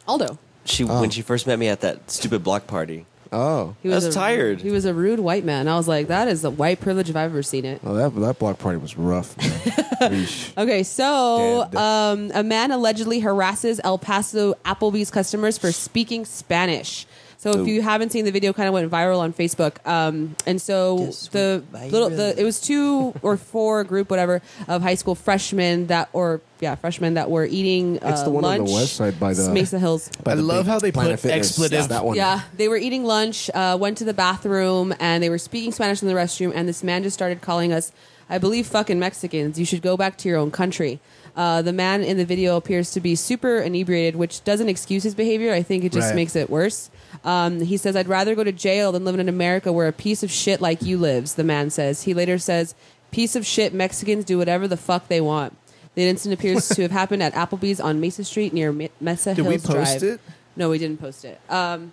Speaker 1: Aldo.
Speaker 3: she
Speaker 4: Oh.
Speaker 3: when she first met me at that stupid block party.
Speaker 2: Oh,
Speaker 1: He
Speaker 3: I
Speaker 1: was
Speaker 3: was
Speaker 1: a-
Speaker 3: tired.
Speaker 1: He was a rude white man. I was like, that is the white privilege if I've ever seen it.
Speaker 2: oh, that that block party was rough. man. Yeesh.
Speaker 1: Okay, so
Speaker 2: Dead.
Speaker 1: um, a man allegedly harasses El Paso Applebee's customers for speaking Spanish. So if
Speaker 3: Ooh.
Speaker 1: you haven't seen the video, kind of went viral on Facebook, um, and so
Speaker 3: Just
Speaker 1: the
Speaker 3: went
Speaker 1: little
Speaker 3: viral.
Speaker 1: the it was two or four group whatever of high school freshmen that or yeah freshmen that were eating. Uh,
Speaker 2: the one on
Speaker 1: lunch,
Speaker 2: the west side by the-
Speaker 1: Mesa Hills.
Speaker 2: By
Speaker 4: I
Speaker 2: the
Speaker 4: love
Speaker 2: big
Speaker 4: how they
Speaker 2: Planet
Speaker 4: put
Speaker 2: Fitness,
Speaker 4: expletive.
Speaker 2: That one.
Speaker 1: Yeah, they were eating lunch, uh, went to the bathroom, and they were speaking Spanish in the restroom. And this man just started calling us, I believe, fucking Mexicans. You should go back to your own country. Uh, the man in the video appears to be super inebriated, which doesn't excuse his behavior. I think it just
Speaker 4: Right.
Speaker 1: makes it worse. Um, he says, I'd rather go to jail than live in America where a piece of shit like you lives, the man says. He later says, Piece of shit, Mexicans do whatever the fuck they want. The incident appears to have happened at Applebee's on Mesa Street near Me- Mesa
Speaker 4: Did we
Speaker 1: Hills
Speaker 4: post
Speaker 1: Drive.
Speaker 4: it?
Speaker 1: No, we didn't post it. Um,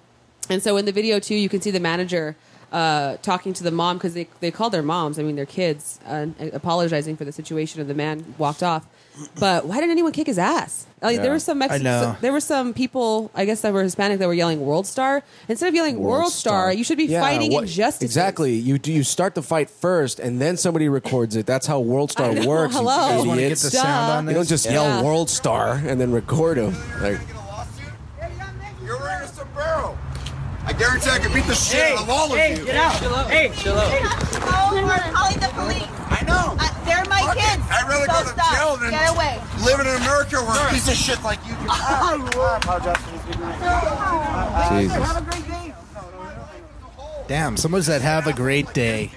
Speaker 1: and so in the video too, you can see the manager uh, talking to the mom because they they called their moms. I mean, their kids uh, apologizing for the situation, and the man walked off. But why didn't anyone kick his ass? Like
Speaker 2: Yeah.
Speaker 1: there were some Mexicans,
Speaker 4: know.
Speaker 1: there were some people, I guess that were Hispanic that were yelling "World Star" instead of yelling "World, Star." You should be
Speaker 2: Yeah,
Speaker 1: fighting
Speaker 2: what-
Speaker 1: injustice.
Speaker 2: Exactly. You do. You start the fight first, and then somebody records it. That's how World Star
Speaker 1: I know,
Speaker 2: works. you
Speaker 1: hello. I just
Speaker 4: Just want to get
Speaker 2: idiots.
Speaker 4: the
Speaker 1: Duh.
Speaker 4: sound on
Speaker 2: You don't
Speaker 4: this.
Speaker 2: just
Speaker 1: Yeah.
Speaker 2: yell "World Star" and then record them. Like,
Speaker 6: You're wearing a sombrero. I guarantee I can beat the shit out of all of you.
Speaker 7: Hey, chill out.
Speaker 8: We're calling the police.
Speaker 6: I know.
Speaker 8: Uh, they're my
Speaker 6: Fuck it.
Speaker 8: kids.
Speaker 6: I'd rather
Speaker 8: so
Speaker 6: go to
Speaker 8: stop.
Speaker 6: jail than
Speaker 8: Get away. Uh,
Speaker 6: living in America where a piece of shit like you do. I apologize for this
Speaker 2: Jesus.
Speaker 6: Uh, a great day.
Speaker 4: Damn, someone said, have a great day.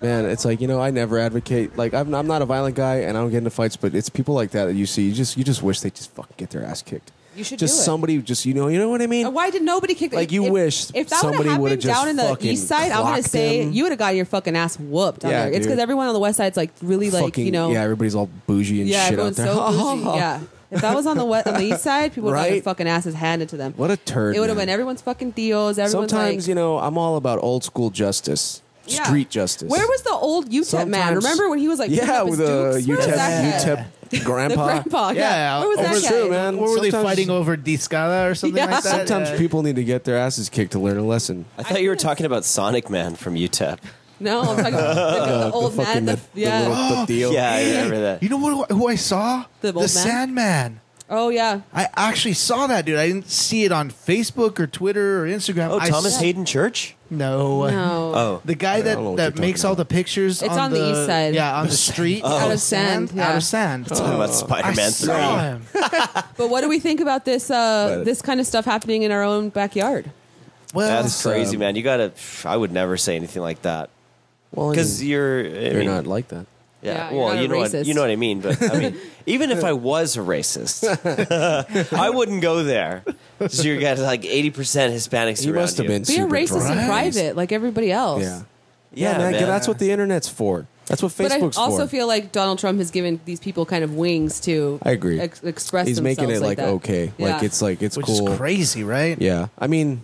Speaker 2: Man, it's like you know, I never advocate. Like, I'm, I'm not a violent guy, and I don't get into fights. But it's people like that that you see. You just, you just wish they just fucking get their ass kicked.
Speaker 1: You should
Speaker 2: just
Speaker 1: do it.
Speaker 2: somebody, just you know, you know what I mean.
Speaker 1: And Why did nobody kick? the-
Speaker 2: Like, you
Speaker 1: if-
Speaker 2: wish
Speaker 1: if that
Speaker 2: somebody
Speaker 1: would have happened
Speaker 2: would've just
Speaker 1: down in the
Speaker 2: fucking
Speaker 1: east side, I'm gonna
Speaker 2: clocked
Speaker 1: say
Speaker 2: him.
Speaker 1: you would have got your fucking ass whooped. Down
Speaker 2: Yeah,
Speaker 1: there. It's because
Speaker 2: dude.
Speaker 1: everyone on the west side's like really like
Speaker 2: Fucking-
Speaker 1: you know
Speaker 2: yeah, everybody's all bougie and
Speaker 1: Yeah,
Speaker 2: shit out
Speaker 1: everyone's
Speaker 2: there.
Speaker 1: so bougie. Yeah. If that was on the west, on the east side, people would have their
Speaker 2: Right?
Speaker 1: fucking asses handed to them.
Speaker 2: What a turd,
Speaker 1: It would have
Speaker 2: man.
Speaker 1: been everyone's fucking deals. Everyone's
Speaker 2: Sometimes you know, I'm all about old school justice, street justice.
Speaker 1: Where was the old UTEP man?
Speaker 2: Sometimes-
Speaker 1: Remember when he was like picking
Speaker 2: yeah,
Speaker 1: up his
Speaker 2: with a
Speaker 1: dukes? Where was that guy?
Speaker 2: UTEP, UTEP
Speaker 1: the
Speaker 2: E grandpa.
Speaker 1: grandpa. Yeah, where was
Speaker 4: over-
Speaker 1: that
Speaker 2: It's
Speaker 1: guy?
Speaker 2: true, man.
Speaker 4: What were they
Speaker 2: Sometimes-
Speaker 4: fighting over Discada or something
Speaker 1: Yeah.
Speaker 4: like that?
Speaker 2: Sometimes
Speaker 4: Uh,
Speaker 2: people need to get their asses kicked to learn a lesson.
Speaker 3: I thought you were talking about Sonic Man from E UTEP.
Speaker 1: No, I'm talking about the, the old man. The, yeah.
Speaker 2: little, the deal.
Speaker 3: Yeah, I remember that.
Speaker 4: You know what, who I saw?
Speaker 1: The old man?
Speaker 4: Sandman.
Speaker 1: oh yeah.
Speaker 4: I actually saw that dude. I didn't see it on Facebook or Twitter or Instagram.
Speaker 3: Oh,
Speaker 4: I
Speaker 3: Thomas
Speaker 4: s-
Speaker 3: Hayden Church.
Speaker 4: No.
Speaker 1: No.
Speaker 3: Oh,
Speaker 4: The guy
Speaker 2: don't know
Speaker 4: that,
Speaker 2: what
Speaker 4: that
Speaker 2: you're
Speaker 4: makes
Speaker 2: talking Oh.
Speaker 4: all the pictures
Speaker 1: It's
Speaker 4: on,
Speaker 1: on the east side.
Speaker 4: Yeah, on the street.
Speaker 1: Out of sand,
Speaker 4: Out
Speaker 1: yeah.
Speaker 4: of sand.
Speaker 3: talking about
Speaker 4: I
Speaker 3: Spider-Man Three.
Speaker 4: saw him.
Speaker 1: But what do we think about this? Uh,
Speaker 2: But-
Speaker 1: this kind of stuff happening in our own backyard.
Speaker 4: Well,
Speaker 3: That's
Speaker 2: um,
Speaker 3: crazy, man. You gotta. pff, I would never say anything like that
Speaker 2: Well,
Speaker 3: because you're. I
Speaker 2: you're
Speaker 3: mean,
Speaker 2: not like that.
Speaker 3: Yeah.
Speaker 1: Yeah, you're
Speaker 3: well,
Speaker 1: not a
Speaker 3: you know
Speaker 1: racist.
Speaker 3: what you know what I mean. But I mean, even if I was a racist, I wouldn't go there. So you got like eighty percent Hispanics
Speaker 2: You
Speaker 3: around
Speaker 2: must have
Speaker 3: you.
Speaker 2: been
Speaker 1: Be a
Speaker 2: super
Speaker 1: racist
Speaker 2: drunk.
Speaker 1: in private, like everybody else.
Speaker 2: Yeah.
Speaker 3: Yeah,
Speaker 2: man,
Speaker 3: man.
Speaker 2: That's what the internet's for. That's what
Speaker 1: But I
Speaker 2: Facebook's
Speaker 1: also
Speaker 2: for.
Speaker 1: feel like Donald Trump has given these people kind of wings to
Speaker 2: I agree.
Speaker 1: ex- express
Speaker 2: He's
Speaker 1: themselves
Speaker 2: making it like,
Speaker 1: that.
Speaker 2: okay, like
Speaker 1: Yeah.
Speaker 2: it's like it's
Speaker 4: which
Speaker 2: cool.
Speaker 4: is crazy, right?
Speaker 2: Yeah, I mean,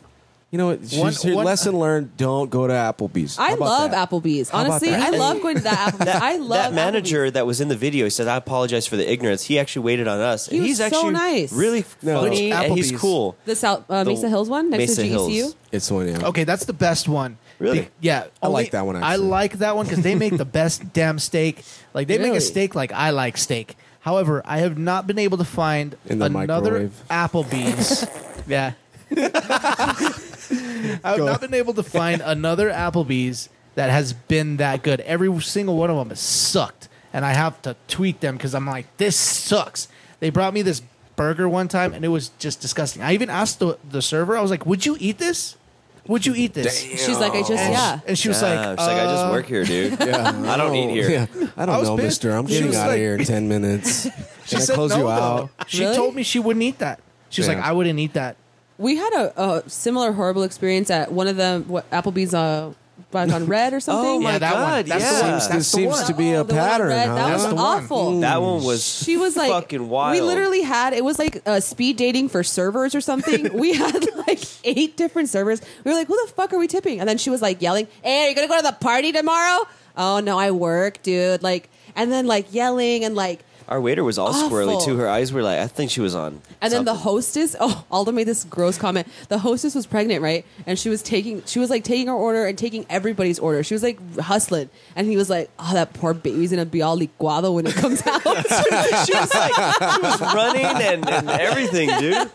Speaker 2: you know, what? uh,
Speaker 4: One-
Speaker 2: she's here,
Speaker 4: one-
Speaker 2: lesson learned. Don't go to Applebee's. How
Speaker 1: I
Speaker 2: about
Speaker 1: love
Speaker 2: that?
Speaker 1: Applebee's.
Speaker 2: about
Speaker 1: Honestly, I
Speaker 2: that?
Speaker 1: love going to that Applebee's. I love
Speaker 3: that manager that was in the video. He said, "I apologize for the ignorance." He actually waited on us.
Speaker 1: He
Speaker 3: and
Speaker 1: was
Speaker 3: he's
Speaker 1: so
Speaker 3: actually
Speaker 1: nice.
Speaker 3: really
Speaker 2: No.
Speaker 3: funny,
Speaker 4: Which
Speaker 3: and he's
Speaker 4: Applebee's?
Speaker 3: cool.
Speaker 1: The South uh,
Speaker 3: The
Speaker 1: Mesa Hills one next
Speaker 3: Mesa
Speaker 1: to GCU.
Speaker 3: Hills.
Speaker 2: It's the one. Yeah.
Speaker 4: Okay, that's the best one.
Speaker 3: Really?
Speaker 4: Be- yeah,
Speaker 2: I like that one,
Speaker 4: I
Speaker 2: actually.
Speaker 4: like that one because they make the best damn steak. Like they make
Speaker 1: Really?
Speaker 4: a steak like I like steak. However, I have not been able to find
Speaker 2: In the
Speaker 4: another
Speaker 2: microwave.
Speaker 4: Applebee's. yeah, I've not been able to find another Applebee's that has been that good. Every single one of them has sucked, and I have to tweet them because I'm like, this sucks. They brought me this burger one time, and it was just disgusting. I even asked the, the server. I was like, "Would you eat this? Would you eat this?"
Speaker 1: She's like, I just
Speaker 4: And,
Speaker 1: yeah.
Speaker 4: and she was
Speaker 3: Yeah,
Speaker 4: like,
Speaker 3: she's Ah, like, I
Speaker 4: "Uh,
Speaker 3: just work here, dude. I don't eat here.
Speaker 2: Yeah, I don't
Speaker 4: I was
Speaker 2: know,
Speaker 4: pissed.
Speaker 2: Mister. I'm
Speaker 4: She
Speaker 2: getting
Speaker 4: was
Speaker 2: out
Speaker 4: like-
Speaker 2: of here in ten minutes. Can I
Speaker 4: said
Speaker 2: close
Speaker 4: no,
Speaker 2: you
Speaker 4: though.
Speaker 2: out?
Speaker 4: She
Speaker 1: Really?
Speaker 4: told me she wouldn't eat that. She was
Speaker 2: Yeah.
Speaker 4: like, I wouldn't eat that.
Speaker 1: We had a, a similar horrible experience at one of the what, Applebee's uh, back on Red
Speaker 2: Oh
Speaker 1: or something.
Speaker 4: my Yeah, that one.
Speaker 3: God,
Speaker 4: That's the
Speaker 3: yeah.
Speaker 2: Seems,
Speaker 4: one. That's the
Speaker 2: this seems
Speaker 4: one.
Speaker 2: to be
Speaker 1: Oh,
Speaker 2: a
Speaker 1: the one on
Speaker 2: pattern.
Speaker 1: Red,
Speaker 2: huh?
Speaker 1: That
Speaker 4: That's
Speaker 1: was
Speaker 4: the one.
Speaker 1: awful.
Speaker 3: That one was
Speaker 1: She was like
Speaker 3: fucking wild.
Speaker 1: We literally had it was like uh, speed dating for servers or something. we had like eight different servers. We were like, "Who the fuck are we tipping?" And then she was like yelling, "Hey, are you gonna go to the party tomorrow?" Oh no, I work, dude. Like, and then like yelling and like.
Speaker 3: Our waiter was all
Speaker 1: Awful.
Speaker 3: squirrely too. Her eyes were like, I think she was on.
Speaker 1: And then the
Speaker 3: something.
Speaker 1: hostess, oh, Alda made this gross comment. The hostess was pregnant, right? And she was taking, she was like taking her order and taking everybody's order. She was like hustling, and he was like, "Oh, that poor baby's gonna be all licuado when it comes out."
Speaker 3: she was like, she was running and, and everything, dude.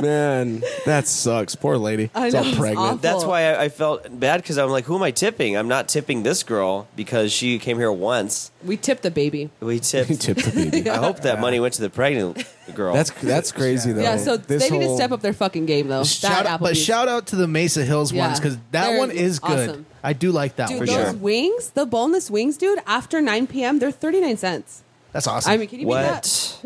Speaker 2: Man, that sucks. Poor lady.
Speaker 1: I
Speaker 2: it's
Speaker 1: know,
Speaker 2: all
Speaker 1: it's
Speaker 2: pregnant.
Speaker 1: awful.
Speaker 3: That's why I, I felt bad because I'm like, who am I tipping? I'm not tipping this girl because she came here once.
Speaker 1: we tipped the baby.
Speaker 3: We
Speaker 2: You
Speaker 3: tipped.
Speaker 2: tipped the baby.
Speaker 3: I hope that money went to the pregnant girl.
Speaker 2: That's that's crazy though.
Speaker 1: Yeah, so
Speaker 2: This
Speaker 1: they need to
Speaker 2: whole-
Speaker 1: step up their fucking game though.
Speaker 4: Shout
Speaker 1: that
Speaker 4: out, but
Speaker 1: Applebee's.
Speaker 4: shout out to the Mesa Hills
Speaker 1: Yeah.
Speaker 4: ones because that
Speaker 1: They're
Speaker 4: one is good.
Speaker 1: awesome.
Speaker 4: I do like that
Speaker 1: dude,
Speaker 4: one.
Speaker 1: those
Speaker 3: sure.
Speaker 1: wings, the boneless wings, dude. After 9 p.m., they're 39 cents.
Speaker 4: That's awesome.
Speaker 1: I mean, can you
Speaker 3: What?
Speaker 1: beat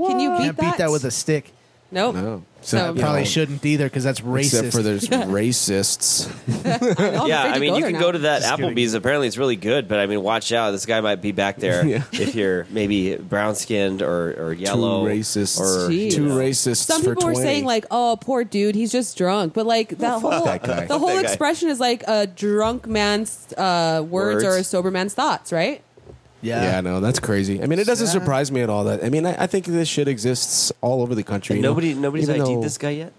Speaker 1: that? Can you beat
Speaker 4: can't
Speaker 1: that?
Speaker 4: beat that with a stick.
Speaker 1: nope.
Speaker 2: No.
Speaker 1: So,
Speaker 2: Yeah.
Speaker 4: Probably
Speaker 2: No.
Speaker 4: shouldn't either because that's racist.
Speaker 2: Except for there's racists.
Speaker 1: I'm
Speaker 3: yeah,
Speaker 1: afraid
Speaker 3: I
Speaker 1: Oh, to
Speaker 3: mean,
Speaker 1: go
Speaker 3: you
Speaker 1: there
Speaker 3: can
Speaker 1: now.
Speaker 3: go to that
Speaker 4: Just kidding.
Speaker 3: Applebee's. Apparently, it's really good, but I mean, watch out. This guy might be back there if you're maybe brown skinned or, or yellow.
Speaker 2: Two racists.
Speaker 3: Or,
Speaker 1: Jeez.
Speaker 2: Two racists.
Speaker 1: Some
Speaker 2: for
Speaker 1: people were
Speaker 2: 20.
Speaker 1: saying like, "Oh, poor dude, he's just drunk." But like that
Speaker 2: fuck
Speaker 1: whole
Speaker 2: that guy.
Speaker 1: the whole
Speaker 3: that guy.
Speaker 1: expression is like a drunk man's uh,
Speaker 3: Words.
Speaker 1: words, or a sober man's thoughts, right?
Speaker 4: yeah.
Speaker 2: Yeah, no, that's crazy. I mean, it doesn't
Speaker 4: Yeah.
Speaker 2: surprise me at all. That I mean, I, I think this shit exists all over the country. you know?
Speaker 3: nobody, nobody's
Speaker 2: Even
Speaker 3: ID'd
Speaker 2: though-
Speaker 3: this guy yet.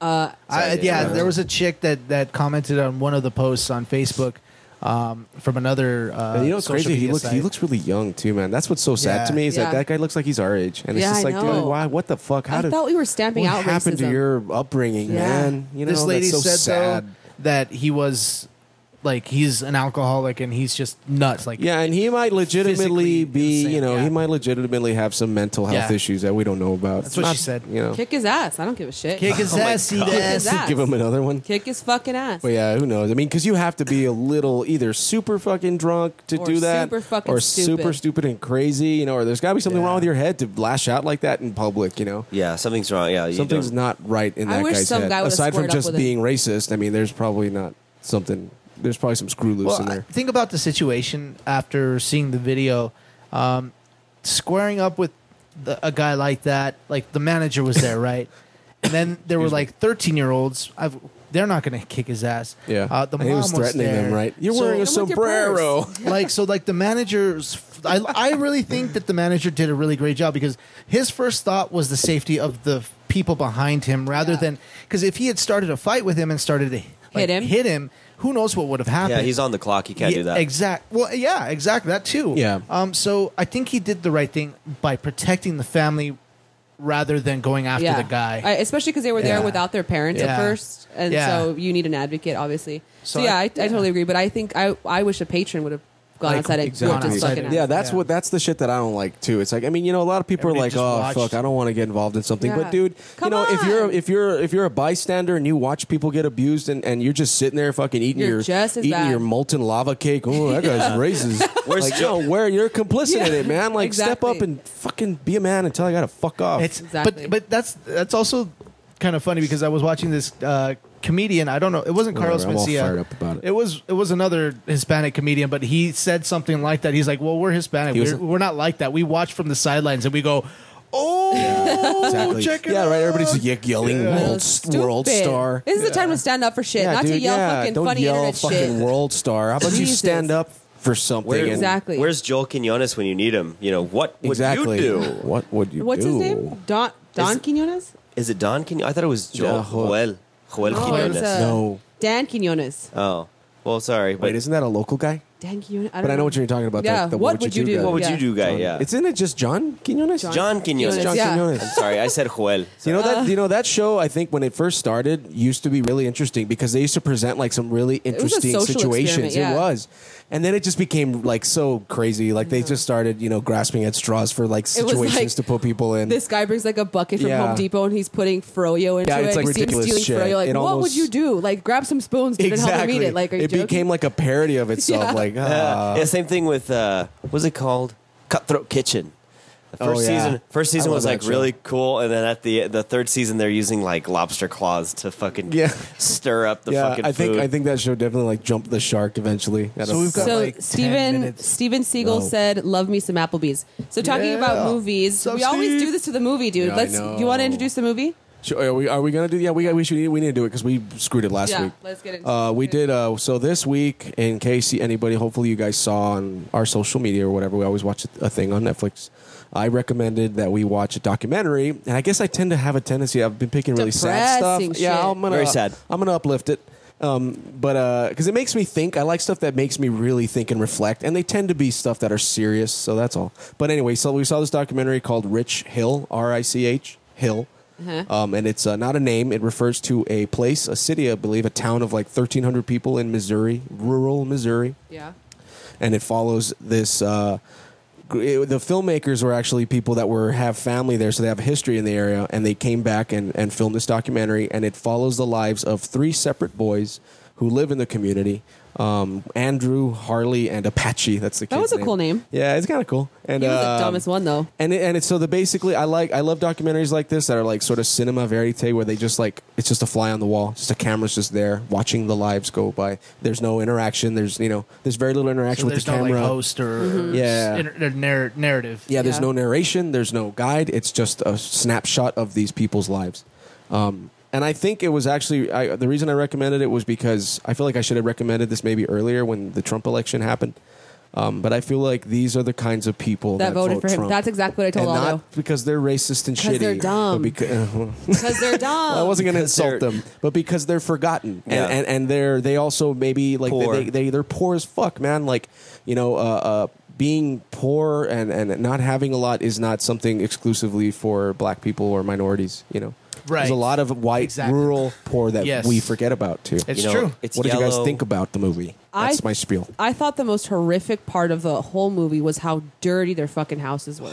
Speaker 4: I,
Speaker 3: Sorry,
Speaker 4: yeah,
Speaker 3: yeah.
Speaker 4: there was a chick that that commented on one of the posts on Facebook um, from another. Uh,
Speaker 2: And you know what's
Speaker 4: social
Speaker 2: crazy? He
Speaker 4: media
Speaker 2: looks he
Speaker 4: site.
Speaker 2: looks really young too, man. That's what's so sad
Speaker 4: Yeah.
Speaker 2: to me is
Speaker 1: Yeah.
Speaker 2: that that guy looks like he's our age, and
Speaker 1: Yeah,
Speaker 2: it's just
Speaker 1: I
Speaker 2: like,
Speaker 1: know.
Speaker 2: dude, why? What the fuck? How
Speaker 1: I
Speaker 2: did
Speaker 1: thought we were stamping
Speaker 2: what
Speaker 1: out
Speaker 2: happened
Speaker 1: racism.
Speaker 2: to your upbringing,
Speaker 1: Yeah.
Speaker 2: man? You know,
Speaker 4: this lady
Speaker 2: that's so
Speaker 4: said
Speaker 2: sad.
Speaker 4: though that he was like he's an alcoholic and he's just nuts. Like
Speaker 2: Yeah, and he might legitimately
Speaker 4: physically
Speaker 2: be,
Speaker 4: insane,
Speaker 2: you know,
Speaker 4: yeah.
Speaker 2: he might legitimately have some mental health
Speaker 4: Yeah.
Speaker 2: issues that we don't know about. That's
Speaker 4: what she said.
Speaker 2: You know,
Speaker 1: Kick his ass. I don't give a shit.
Speaker 4: kick
Speaker 2: Oh
Speaker 4: his ass, see
Speaker 1: Kick his
Speaker 4: that.
Speaker 1: ass.
Speaker 2: give him another one.
Speaker 1: Kick his fucking ass.
Speaker 2: But yeah, who knows? I mean, because you have to be a little either super fucking drunk to
Speaker 1: Or
Speaker 2: do that,
Speaker 1: super fucking
Speaker 2: or
Speaker 1: stupid.
Speaker 2: super stupid and crazy, you know, or there's got to be something
Speaker 4: Yeah.
Speaker 2: wrong with your head to lash out like that in public, you know.
Speaker 3: Yeah, something's wrong. Yeah, you
Speaker 2: Something's
Speaker 3: don't-
Speaker 2: not right in
Speaker 1: I
Speaker 2: that
Speaker 1: wish
Speaker 2: guy's
Speaker 1: some
Speaker 2: head.
Speaker 1: guy would've
Speaker 2: Aside from
Speaker 1: squared up
Speaker 2: just
Speaker 1: with it.
Speaker 2: being racist, I mean, there's probably not something. There's probably some screw loose in
Speaker 4: Well, I-
Speaker 2: there.
Speaker 4: think about the situation after seeing the video. Um, squaring up with the, a guy like that, like the manager was there, right? And then there were like thirteen-year-olds. I've they're not going to kick his ass.
Speaker 2: yeah,
Speaker 4: uh, the
Speaker 2: And
Speaker 4: mom
Speaker 2: he was threatening
Speaker 4: there.
Speaker 2: them, right? You're
Speaker 4: So-
Speaker 2: wearing a
Speaker 1: And with your purse.
Speaker 2: sombrero.
Speaker 4: like so like the manager's I, I really think that the manager did a really great job because his first thought was the safety of the people behind him rather
Speaker 1: Yeah.
Speaker 4: than because if he had started a fight with him and started to like,
Speaker 1: Hit him.
Speaker 4: hit him who knows what would have happened
Speaker 3: Yeah, he's on the clock. He can't do that.
Speaker 4: exact well yeah exactly that too
Speaker 2: Yeah.
Speaker 4: um so i think he did the right thing by protecting the family rather than going after
Speaker 1: yeah.
Speaker 4: the guy
Speaker 1: I- especially because they were there
Speaker 4: Yeah.
Speaker 1: without their parents at
Speaker 4: Yeah.
Speaker 1: first, and
Speaker 4: Yeah.
Speaker 1: so you need an advocate, obviously. So,
Speaker 4: So
Speaker 1: yeah, I,
Speaker 4: I-
Speaker 1: I, totally agree. But I think I I wish a patron would have gone
Speaker 4: Like,
Speaker 1: outside and
Speaker 4: exactly.
Speaker 1: whipped his
Speaker 4: Gone
Speaker 1: fucking
Speaker 4: outside.
Speaker 1: ass.
Speaker 2: Yeah, that's
Speaker 4: Yeah.
Speaker 2: what that's the shit that I don't like too. It's like I mean, you know, a lot of people
Speaker 4: Everybody
Speaker 2: are
Speaker 4: just
Speaker 2: like, "Oh
Speaker 4: watched.
Speaker 2: fuck, I don't want to get involved in something."
Speaker 1: Yeah.
Speaker 2: But dude,
Speaker 1: Come
Speaker 2: you know, if you're
Speaker 1: on.
Speaker 2: if you're if you're a bystander and you watch people get abused and, and you're just sitting there fucking eating
Speaker 1: You're
Speaker 2: your
Speaker 1: just as
Speaker 2: eating
Speaker 1: bad.
Speaker 2: your molten lava cake, oh that guy's racist.
Speaker 3: Where's
Speaker 2: like,
Speaker 3: Joe?
Speaker 2: yo, where you're complicit in
Speaker 1: Yeah,
Speaker 2: it, man. Like step up
Speaker 1: exactly.
Speaker 2: and fucking be a man and tell I gotta fuck off.
Speaker 4: It's
Speaker 1: Exactly.
Speaker 4: but but that's that's also kind of funny because I was watching this uh, comedian. I don't know. It wasn't Carlos
Speaker 2: Whatever, I'm all
Speaker 4: Mencia.
Speaker 2: fired up about it.
Speaker 4: was it was another Hispanic comedian, but he said something like that. He's like, "Well, we're Hispanic.
Speaker 2: He was-
Speaker 4: We're, we're not like that. We watch from the sidelines and we go." Oh,
Speaker 2: exactly.
Speaker 4: check it
Speaker 2: yeah, right. Everybody's
Speaker 4: out.
Speaker 2: like yelling
Speaker 1: Oh,
Speaker 2: world,
Speaker 1: stupid.
Speaker 2: world star.
Speaker 1: This is the time to stand up for shit,
Speaker 2: yeah,
Speaker 1: not
Speaker 2: dude,
Speaker 1: to yell
Speaker 2: yeah.
Speaker 1: fucking
Speaker 2: don't
Speaker 1: funny
Speaker 2: yell
Speaker 1: internet
Speaker 2: fucking
Speaker 1: shit.
Speaker 2: world star. How about you
Speaker 1: Jesus.
Speaker 2: stand up for something?
Speaker 3: Where-
Speaker 2: and-
Speaker 1: Exactly.
Speaker 3: Where's Joel Quinones when you need him? You know what would
Speaker 2: exactly.
Speaker 3: you do?
Speaker 2: What would you
Speaker 1: What's
Speaker 2: do?
Speaker 1: his name? Don Don
Speaker 3: Is-
Speaker 1: Quinones?
Speaker 3: Is it Don Quinones? I thought it was Joel.
Speaker 2: Yeah, Joel.
Speaker 3: Joel. Joel
Speaker 1: No, it's,
Speaker 3: Quinones.
Speaker 1: Oh, uh,
Speaker 2: No.
Speaker 1: Dan Quinones.
Speaker 3: oh, well, sorry, but
Speaker 2: Wait, isn't that a local guy?
Speaker 1: Dang you! I don't
Speaker 2: But I know what you're talking about.
Speaker 1: Yeah.
Speaker 2: The, the
Speaker 1: What would you do?
Speaker 2: guy.
Speaker 3: What would
Speaker 1: Yeah.
Speaker 3: you do, guy?
Speaker 2: John-
Speaker 3: Yeah. It's
Speaker 2: Isn't it just John Quinones?
Speaker 3: John Quinones.
Speaker 2: John
Speaker 1: yeah. Uh,
Speaker 2: Quinones.
Speaker 3: I'm sorry, I said Joel.
Speaker 2: You know that you know that show. I think when it first started, used to be really interesting because they used to present like some really
Speaker 1: was a
Speaker 2: interesting
Speaker 1: social experiment,
Speaker 2: situations.
Speaker 1: yeah.
Speaker 2: It was, and then it just became like so crazy. Like they just started, you know, grasping at straws for like
Speaker 1: Mm-hmm. It was
Speaker 2: situations
Speaker 1: like,
Speaker 2: to put people in.
Speaker 1: This guy brings like a bucket from
Speaker 2: Yeah.
Speaker 1: Home Depot and he's putting froyo into
Speaker 2: Yeah,
Speaker 1: it. You
Speaker 2: it's, like,
Speaker 1: see him
Speaker 2: ridiculous
Speaker 1: stealing
Speaker 2: shit.
Speaker 1: froyo. Like,
Speaker 2: It
Speaker 1: what would
Speaker 2: almost-
Speaker 1: you do? Like, grab some spoons, dude, and help him eat it. Like, are you
Speaker 2: it
Speaker 1: joking?
Speaker 2: became like a parody of itself.
Speaker 1: Yeah.
Speaker 2: Like,
Speaker 3: Uh,
Speaker 2: ah.
Speaker 3: yeah, same thing with uh, what's it called? Cutthroat Kitchen. The
Speaker 2: Oh,
Speaker 3: first
Speaker 2: yeah.
Speaker 3: season, first
Speaker 2: I
Speaker 3: season
Speaker 2: love
Speaker 3: was like
Speaker 2: that show.
Speaker 3: really cool, and then at the the third season, they're using like lobster claws to fucking
Speaker 2: Yeah.
Speaker 3: stir up the
Speaker 2: yeah.
Speaker 3: fucking
Speaker 2: I think
Speaker 3: food.
Speaker 2: I think that show definitely like jumped the shark eventually. At
Speaker 4: So we've got-
Speaker 1: so
Speaker 4: like 10
Speaker 1: Steven
Speaker 4: minutes.
Speaker 1: Steven Siegel
Speaker 2: No.
Speaker 1: said, "Love me some Applebee's." So talking
Speaker 2: Yeah.
Speaker 1: about movies,
Speaker 2: So
Speaker 1: we always
Speaker 2: Steve-
Speaker 1: do this to the movie, dude.
Speaker 2: Yeah, I
Speaker 1: Let's. Do you want to
Speaker 2: know.
Speaker 1: introduce the movie?
Speaker 2: Sure, are we are we gonna do? Yeah, we got- we should we need to do it because we screwed it last
Speaker 1: Yeah,
Speaker 2: week.
Speaker 1: let's get into
Speaker 2: Uh,
Speaker 1: it.
Speaker 2: we did. Uh, so this week, in case anybody, hopefully you guys saw on our social media or whatever, we always watch a- a thing on Netflix. I recommended that we watch a documentary, and I guess I tend to have a tendency. I've been picking really sad stuff.
Speaker 1: Depressing shit.
Speaker 2: Yeah, I'm gonna
Speaker 3: Very sad.
Speaker 2: I'm gonna uplift it. Um, but because it makes me think, I like stuff that makes me really think and reflect, and they tend to be stuff that are serious. So that's all. But anyway, so we saw this documentary called Rich Hill, R I C H Hill, um, and it's uh, not a name. It refers to a place, a city, I believe, a town of like 1,300 people in Missouri, rural Missouri
Speaker 1: Yeah.
Speaker 2: and it follows this. Uh, gr- it, the filmmakers were actually people that were have family there, so they have a history in the area, and they came back and, and filmed this documentary, and it follows the lives of three separate boys who live in the community. Um, Andrew, Harley, and Apache. That's the
Speaker 1: That was
Speaker 2: kid's
Speaker 1: a cool name.
Speaker 2: Yeah, it's kind of cool. And
Speaker 1: He was
Speaker 2: um,
Speaker 1: the dumbest one though.
Speaker 2: and it, and it's so the basically I like I love documentaries like this that are like sort of cinema verite where they just like it's just a fly on the wall, just a camera's just there watching the lives go by. There's no interaction. There's you know there's very little
Speaker 4: So
Speaker 2: interaction with
Speaker 4: there's
Speaker 2: the
Speaker 4: no
Speaker 2: camera.
Speaker 4: like host or
Speaker 1: Mm-hmm.
Speaker 2: Yeah.
Speaker 4: s- inter- narr- narrative.
Speaker 2: yeah, there's
Speaker 1: Yeah.
Speaker 2: no narration. There's no guide. It's just a snapshot of these people's lives. Um, and I think it was actually I, the reason I recommended it was because I feel like I should have recommended this maybe earlier when the Trump election happened. Um, but I feel like these are the kinds of people
Speaker 1: That
Speaker 2: that,
Speaker 1: voted
Speaker 2: vote
Speaker 1: for him.
Speaker 2: Trump.
Speaker 1: That's exactly what I told
Speaker 2: and
Speaker 1: Aldo.
Speaker 2: Not because they're racist and
Speaker 1: 'Cause
Speaker 2: shitty.
Speaker 1: they're dumb.
Speaker 2: but beca-
Speaker 1: Because they're dumb.
Speaker 2: I wasn't going to
Speaker 3: Because
Speaker 2: insult
Speaker 3: they're-
Speaker 2: them, but because they're forgotten
Speaker 3: Yeah.
Speaker 2: and, and and they're they also maybe like
Speaker 3: Poor.
Speaker 2: They, they they're poor as fuck, man. Like you know, uh, uh, being poor and and not having a lot is not something exclusively for black people or minorities. You know, There's
Speaker 4: Right.
Speaker 2: a lot of white
Speaker 4: Exactly.
Speaker 2: rural poor that
Speaker 4: Yes.
Speaker 2: we forget about too.
Speaker 4: It's
Speaker 3: You know,
Speaker 4: true.
Speaker 3: It's
Speaker 2: what did you guys
Speaker 3: yellow.
Speaker 2: think about the movie?
Speaker 1: I-
Speaker 2: That's my spiel.
Speaker 1: I thought the most horrific part of the whole movie was how dirty their fucking houses
Speaker 2: Oh,
Speaker 1: were.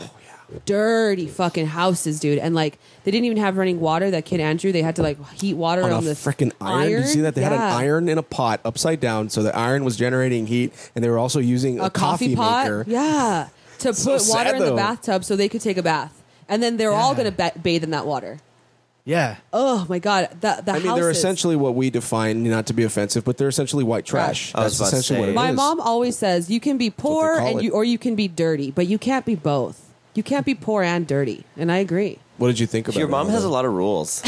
Speaker 1: Dirty fucking houses, dude. And like they didn't even have running water. That kid Andrew, they had to like heat water on,
Speaker 2: on a
Speaker 1: the
Speaker 2: freaking iron. Did you see that? They had an
Speaker 1: Yeah.
Speaker 2: iron in a pot upside down, so the iron was generating heat, and they were also using a,
Speaker 1: a coffee, pot.
Speaker 2: maker.
Speaker 1: Yeah, to
Speaker 2: So
Speaker 1: put water
Speaker 2: sad,
Speaker 1: in the
Speaker 2: though.
Speaker 1: bathtub so they could take a bath, and then they're all
Speaker 4: Yeah.
Speaker 1: gonna ba- bathe in that water.
Speaker 4: yeah.
Speaker 1: Oh my god, that the
Speaker 2: I mean, they're
Speaker 1: houses.
Speaker 2: essentially what we define, not to be offensive, but they're essentially white trash.
Speaker 3: I was
Speaker 2: That's
Speaker 3: about to
Speaker 2: essentially
Speaker 3: say.
Speaker 2: what it is.
Speaker 1: My mom always says you can be
Speaker 2: what they
Speaker 1: poor
Speaker 2: call
Speaker 1: and
Speaker 2: it.
Speaker 1: you or you can be dirty, but you can't be both. You can't be poor and dirty, and I agree.
Speaker 2: What did you think about
Speaker 3: Your
Speaker 2: it,
Speaker 3: mom has a
Speaker 2: Aldo?
Speaker 3: lot of rules.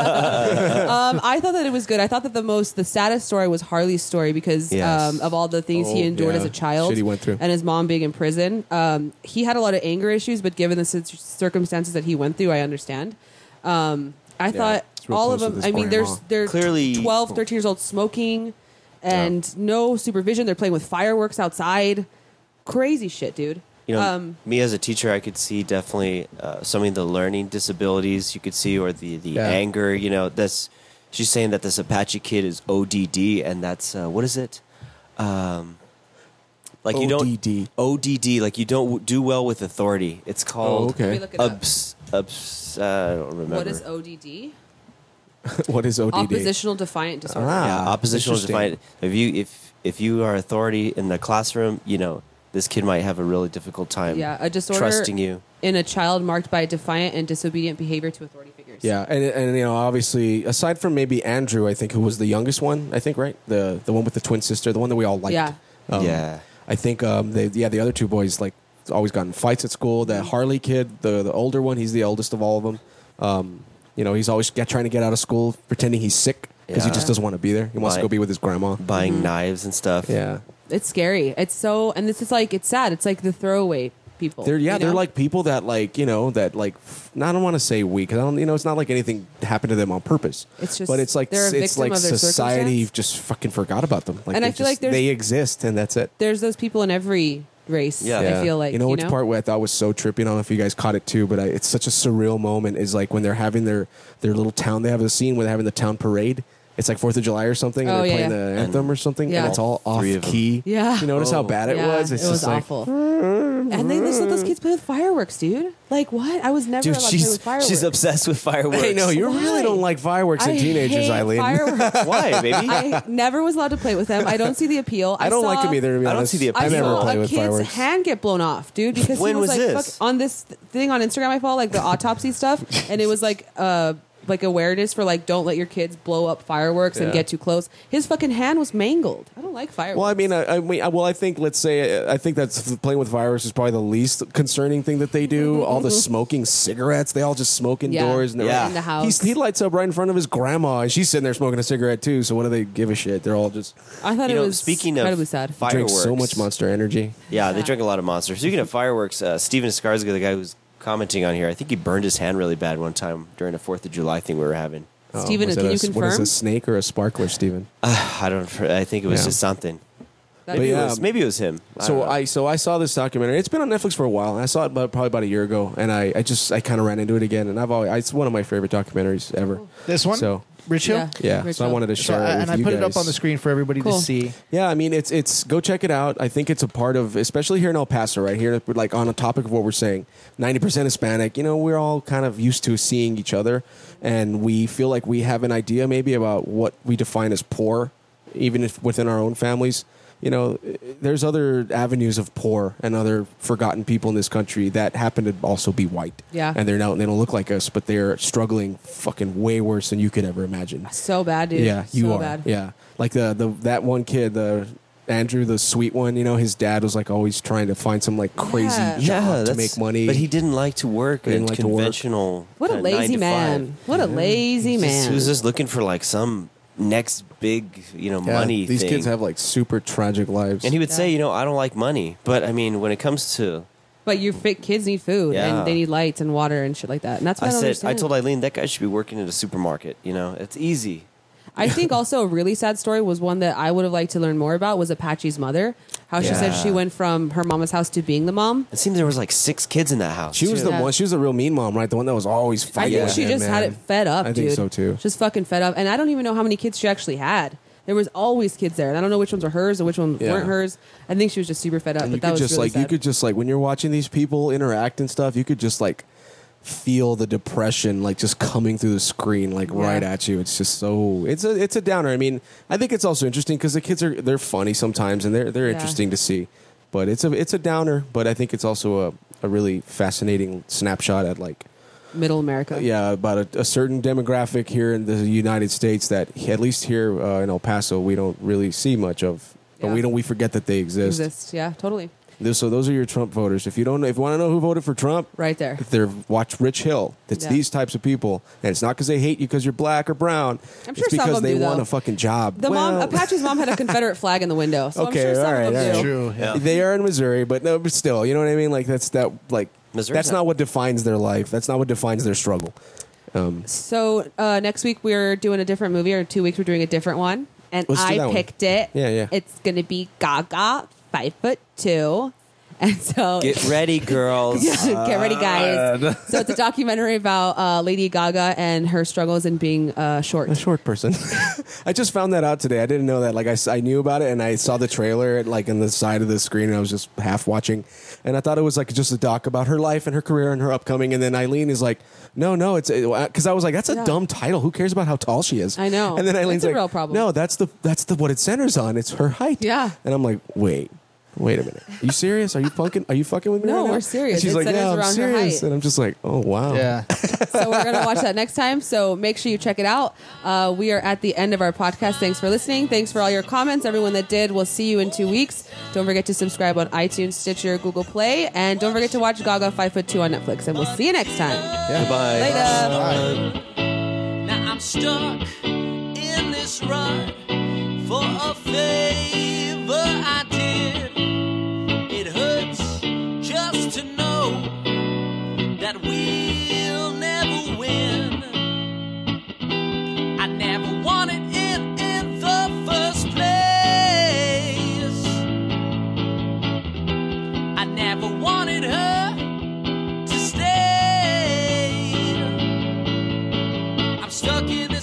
Speaker 1: um, I thought that it was good. I thought that the most, the saddest story was Harley's story because
Speaker 3: Yes.
Speaker 1: um, of all the things he
Speaker 2: Oh,
Speaker 1: endured
Speaker 2: yeah.
Speaker 1: as a child
Speaker 2: Shit he went through.
Speaker 1: and his mom being in prison. Um, he had a lot of anger issues, but given the cir- circumstances that he went through, I understand. Um, I thought
Speaker 2: it's real
Speaker 1: all of
Speaker 2: close to
Speaker 1: them,
Speaker 2: this
Speaker 1: I mean,
Speaker 2: point,
Speaker 1: there's
Speaker 2: huh?
Speaker 1: there's
Speaker 3: Clearly-
Speaker 1: 12, 13 years old smoking and no supervision. They're playing with fireworks outside. Crazy shit, dude.
Speaker 3: you know,
Speaker 1: um,
Speaker 3: me as a teacher, I could see definitely uh, some of the learning disabilities you could see, or the the
Speaker 2: Yeah.
Speaker 3: anger. You know, that's she's saying that this Apache kid is ODD, and that's uh, what is it? Um, like you
Speaker 2: ODD.
Speaker 3: don't ODD, like you don't w- do well with authority. It's called
Speaker 2: Oh, okay. Let me
Speaker 1: look it up.
Speaker 3: obs, obs, uh, I don't remember.
Speaker 1: what is ODD?
Speaker 2: what is ODD?
Speaker 1: Oppositional defiant disorder.
Speaker 2: Ah.
Speaker 3: yeah, oppositional
Speaker 2: interesting.
Speaker 3: defiant. If you if if you are authority in the classroom, you know this kid might have a really difficult time.
Speaker 1: Yeah, a disorder
Speaker 3: trusting you.
Speaker 1: in a child marked by defiant and disobedient behavior to authority figures.
Speaker 2: Yeah, and and you know, obviously, aside from maybe Andrew, I think who was the youngest one, I think right, the the one with the twin sister, the one that we all liked.
Speaker 1: Yeah.
Speaker 2: Um,
Speaker 3: Yeah.
Speaker 2: I think um, they, yeah, the other two boys like always gotten fights at school. That Harley kid, the the older one, he's the oldest of all of them. Um, you know, he's always get, trying to get out of school, pretending he's sick because he
Speaker 3: Yeah.
Speaker 2: just doesn't want to be there. He wants
Speaker 3: Right.
Speaker 2: to go be with his grandma.
Speaker 3: Buying knives and stuff.
Speaker 2: Mm-hmm. Yeah.
Speaker 1: It's scary. It's so, and this is like, it's sad. It's like the throwaway people.
Speaker 2: They're yeah,
Speaker 1: you
Speaker 2: they're
Speaker 1: know?
Speaker 2: like people that like you know that like. f- I don't want to say weak. 'cause I don't. You know, it's not like anything happened to them on purpose.
Speaker 1: It's just-
Speaker 2: but it's like
Speaker 1: they're a
Speaker 2: it's
Speaker 1: victim
Speaker 2: like
Speaker 1: of their
Speaker 2: society
Speaker 1: circumstance.
Speaker 2: just fucking forgot about them. Like
Speaker 1: And
Speaker 2: they
Speaker 1: I feel like
Speaker 2: just-
Speaker 1: there's-
Speaker 2: they exist and that's it.
Speaker 1: there's those people in every race.
Speaker 3: Yeah.
Speaker 1: I feel like
Speaker 2: you know which part where I thought was so trippy. I don't know if you guys caught it too, but I, it's such a surreal moment. Is like when they're having their their little town. They have a scene where they're having the town parade. It's like Fourth of July or
Speaker 1: Oh,
Speaker 2: something. and they're
Speaker 1: yeah,
Speaker 2: playing
Speaker 1: yeah.
Speaker 2: the anthem or something,
Speaker 1: Yeah.
Speaker 2: and it's all
Speaker 3: All
Speaker 2: off
Speaker 3: three of them.
Speaker 2: key.
Speaker 1: Yeah.
Speaker 2: you notice how
Speaker 3: Oh.
Speaker 2: bad it
Speaker 1: Yeah,
Speaker 2: was. It's
Speaker 1: it was
Speaker 2: just like,
Speaker 1: awful. and they just let those kids play with fireworks, dude. Like what? I was never
Speaker 3: Dude,
Speaker 1: allowed to play
Speaker 3: she's
Speaker 1: with fireworks.
Speaker 3: she's obsessed with fireworks.
Speaker 2: Hey, no, you
Speaker 1: Why?
Speaker 2: really don't like fireworks
Speaker 1: I
Speaker 2: in teenagers,
Speaker 1: hate
Speaker 2: Eileen.
Speaker 1: Fireworks.
Speaker 3: why, baby?
Speaker 1: I never was allowed to play with them. I don't see the appeal. I,
Speaker 2: I don't like
Speaker 1: saw-
Speaker 2: them either. To be
Speaker 3: I don't
Speaker 2: honest.
Speaker 3: see the
Speaker 1: I
Speaker 2: I
Speaker 3: appeal.
Speaker 2: never
Speaker 1: saw
Speaker 2: play
Speaker 1: a
Speaker 2: with
Speaker 1: kid's
Speaker 2: fireworks.
Speaker 1: hand get blown off, dude, because
Speaker 3: When
Speaker 1: he was,
Speaker 3: was
Speaker 1: like
Speaker 3: this?
Speaker 1: fuck- on this th- thing on Instagram I follow, like the autopsy stuff, and it was like uh like awareness for like don't let your kids blow up fireworks and
Speaker 2: Yeah.
Speaker 1: get too close. His fucking hand was mangled. I don't like fireworks.
Speaker 2: Well, I
Speaker 3: uh,
Speaker 2: mean, I, I mean, I- well, I think let's say I think that's playing with fireworks is probably the least concerning thing that they
Speaker 1: Mm-hmm,
Speaker 2: do. all the smoking cigarettes, they all just smoke indoors. and they're
Speaker 3: Yeah.
Speaker 2: like-
Speaker 3: In the
Speaker 1: house.
Speaker 2: He's, he lights up right in front of his grandma, and she's sitting there smoking a cigarette too. So what do they give a shit? They're all just
Speaker 1: I thought
Speaker 3: You
Speaker 1: it
Speaker 3: know,
Speaker 1: was
Speaker 3: speaking of
Speaker 1: incredibly sad.
Speaker 3: fire-
Speaker 2: drink so
Speaker 3: Fireworks.
Speaker 2: much Monster Energy.
Speaker 3: Yeah, they
Speaker 1: Yeah.
Speaker 3: drink a lot of monsters. Speaking of fireworks, uh, Steven Skarsgård, the guy who's commenting on here, I think he burned his hand really bad one time during a Fourth of July thing we were having.
Speaker 1: Steven,
Speaker 2: Oh, was
Speaker 1: can you
Speaker 2: that a, What is
Speaker 1: confirm?
Speaker 2: a snake or a sparkler, Steven?
Speaker 3: I don't. I think it was
Speaker 2: Yeah.
Speaker 3: just something.
Speaker 1: That-
Speaker 2: But
Speaker 3: Maybe,
Speaker 2: yeah.
Speaker 3: it was, maybe it was him. I
Speaker 2: so
Speaker 3: don't know.
Speaker 2: I so I saw this documentary. It's been on Netflix for a while. I saw it about, probably about a year ago, and I, I just I kind of ran into it again. And I've always it's one of my favorite documentaries ever.
Speaker 4: This one,
Speaker 2: So
Speaker 4: Rich Hill.
Speaker 1: Yeah.
Speaker 2: yeah,
Speaker 1: Great
Speaker 2: so I
Speaker 1: job.
Speaker 2: wanted to
Speaker 4: So
Speaker 2: share.
Speaker 4: I,
Speaker 2: it with
Speaker 4: and I
Speaker 2: you
Speaker 4: put it up
Speaker 2: guys.
Speaker 4: on the screen for everybody
Speaker 1: Cool.
Speaker 4: to see.
Speaker 2: Yeah, I mean it's it's go check it out. I think it's a part of especially here in El Paso, right here, like on a topic of what we're saying. Ninety percent Hispanic, you know, we're all kind of used to seeing each other, and we feel like we have an idea maybe about what we define as poor, even if within our own families. You know, there's other avenues of poor and other forgotten people in this country that happen to also be white.
Speaker 1: Yeah.
Speaker 2: and they're not they don't look like us, but they're struggling fucking way worse than you could ever imagine.
Speaker 1: so bad, dude.
Speaker 2: Yeah, you
Speaker 1: so
Speaker 2: are.
Speaker 1: Bad.
Speaker 2: Yeah, like the the that one kid, the Andrew, the sweet one. You know, his dad was like always trying to find some like crazy
Speaker 1: Yeah.
Speaker 2: job
Speaker 3: yeah,
Speaker 2: to
Speaker 3: that's-
Speaker 2: make money.
Speaker 3: but he didn't like to work
Speaker 2: He didn't
Speaker 3: in
Speaker 2: like to work.
Speaker 3: conventional.
Speaker 1: What a
Speaker 3: uh, nine
Speaker 1: lazy
Speaker 3: to
Speaker 1: man.
Speaker 3: five.
Speaker 1: What a lazy
Speaker 3: He's
Speaker 1: man.
Speaker 3: Just, he was just looking for like some next big, you know,
Speaker 2: Yeah,
Speaker 3: money.
Speaker 2: These
Speaker 3: thing.
Speaker 2: kids have like super tragic lives.
Speaker 3: And he would say,
Speaker 1: Yeah.
Speaker 3: you know, I don't like money, but I mean, when it comes to,
Speaker 1: but your fit kids need food
Speaker 3: Yeah.
Speaker 1: and they need lights and water and shit like that. And that's what
Speaker 3: I,
Speaker 1: I,
Speaker 3: said,
Speaker 1: don't
Speaker 3: I
Speaker 1: understand.
Speaker 3: told Eileen that guy should be working at a supermarket. You know, it's easy.
Speaker 1: I think also a really sad story was one that I would have liked to learn more about was Apache's mother. How she said
Speaker 3: Yeah.
Speaker 1: she went from her mama's house to being the mom.
Speaker 3: It seemed there was like six kids in that house.
Speaker 2: she was
Speaker 3: too.
Speaker 2: the
Speaker 1: Yeah.
Speaker 2: one. She was the real mean mom, right? The one that was always
Speaker 1: I
Speaker 2: fighting.
Speaker 1: think
Speaker 2: with
Speaker 1: she
Speaker 2: him,
Speaker 1: just had
Speaker 2: man.
Speaker 1: it fed up.
Speaker 2: I think
Speaker 1: dude.
Speaker 2: so too.
Speaker 1: Just fucking fed up. And I don't even know how many kids she actually had. There was always kids there, and I don't know which ones were hers and which ones
Speaker 2: Yeah.
Speaker 1: weren't hers. I think she was just super fed up.
Speaker 2: And
Speaker 1: but
Speaker 2: you
Speaker 1: that
Speaker 2: could
Speaker 1: was
Speaker 2: just
Speaker 1: really
Speaker 2: like you
Speaker 1: sad.
Speaker 2: could just like when you're watching these people interact and stuff, you could just like feel the depression like just coming through the screen like
Speaker 1: Yeah.
Speaker 2: right at you. It's just so it's a it's a downer. I mean, I think it's also interesting because the kids are they're funny sometimes and they're they're
Speaker 1: Yeah.
Speaker 2: interesting to see, but it's a it's a downer. But I think it's also a a really fascinating snapshot at like
Speaker 1: middle America.
Speaker 2: yeah, about a, a certain demographic here in the United States that at least here uh, in El Paso we don't really see much of. But
Speaker 1: Yeah.
Speaker 2: we don't we forget that they
Speaker 1: Exist. Yeah, totally.
Speaker 2: Th- So those are your Trump voters. If you don't, if you want to know who voted for Trump,
Speaker 1: Right there.
Speaker 2: If they're watch Rich Hill. It's
Speaker 1: Yeah.
Speaker 2: these types of people, and it's not because they hate you because you're black or brown.
Speaker 1: I'm
Speaker 2: it's
Speaker 1: sure some
Speaker 2: because
Speaker 1: of them
Speaker 2: they
Speaker 1: do,
Speaker 2: want
Speaker 1: though.
Speaker 2: a fucking job.
Speaker 1: The mom,
Speaker 2: Well,
Speaker 1: Apache's mom, had a Confederate flag in the window. So
Speaker 2: Okay,
Speaker 1: I'm sure some
Speaker 2: all
Speaker 1: of
Speaker 2: right,
Speaker 1: them
Speaker 2: all
Speaker 1: do.
Speaker 2: right.
Speaker 4: True. Yeah.
Speaker 2: They are in Missouri, but no, but still, you know what I mean. Like that's that like
Speaker 3: Missouri's
Speaker 2: that's
Speaker 3: not-
Speaker 2: not what defines their life. That's not what defines their struggle.
Speaker 1: So uh, next week we're doing a different movie, or two weeks we're doing a different one. And
Speaker 2: Let's do that
Speaker 1: I
Speaker 2: one.
Speaker 1: picked it.
Speaker 2: Yeah, yeah.
Speaker 1: It's gonna be Gaga, five foot two, and so
Speaker 3: Get ready, girls.
Speaker 1: Yeah, get ready, guys. so it's a documentary about uh, Lady Gaga and her struggles in being uh,
Speaker 2: A
Speaker 1: short.
Speaker 2: short person. I just found that out today. I didn't know that. Like I, s- I knew about it, and I saw the trailer like on the side of the screen, and I was just half watching, and I thought it was like just a doc about her life and her career and her upcoming. And then Eileen is like, "No, no, it's because I was like, that's a
Speaker 1: Yeah.
Speaker 2: dumb title. Who cares about how tall she is?
Speaker 1: I know.
Speaker 2: And then
Speaker 1: That's
Speaker 2: Eileen's
Speaker 1: a
Speaker 2: like,
Speaker 1: real problem.
Speaker 2: No, that's the that's the what it centers on. It's her height.
Speaker 1: Yeah.
Speaker 2: And I'm like, wait. Wait a minute. Are you serious? Are you fucking? Are you fucking with me?
Speaker 1: No,
Speaker 2: right now?"
Speaker 1: we're serious.
Speaker 2: And she's
Speaker 1: It
Speaker 2: like,
Speaker 1: centers
Speaker 2: yeah, I'm
Speaker 1: around her
Speaker 2: serious.
Speaker 1: height.
Speaker 2: And I'm just like, oh wow.
Speaker 4: Yeah.
Speaker 1: So we're gonna watch that next time. So make sure you check it out. Uh, we are at the end of our podcast. Thanks for listening. Thanks for all your comments, everyone that did. We'll see you in two weeks. Don't forget to subscribe on iTunes, Stitcher, Google Play, and don't forget to watch Gaga five foot two on Netflix. And we'll see you next time.
Speaker 3: Goodbye.
Speaker 1: Later.
Speaker 7: Now I'm stuck in this rut for a favor I did. It hurts just to know.
Speaker 3: stuck in the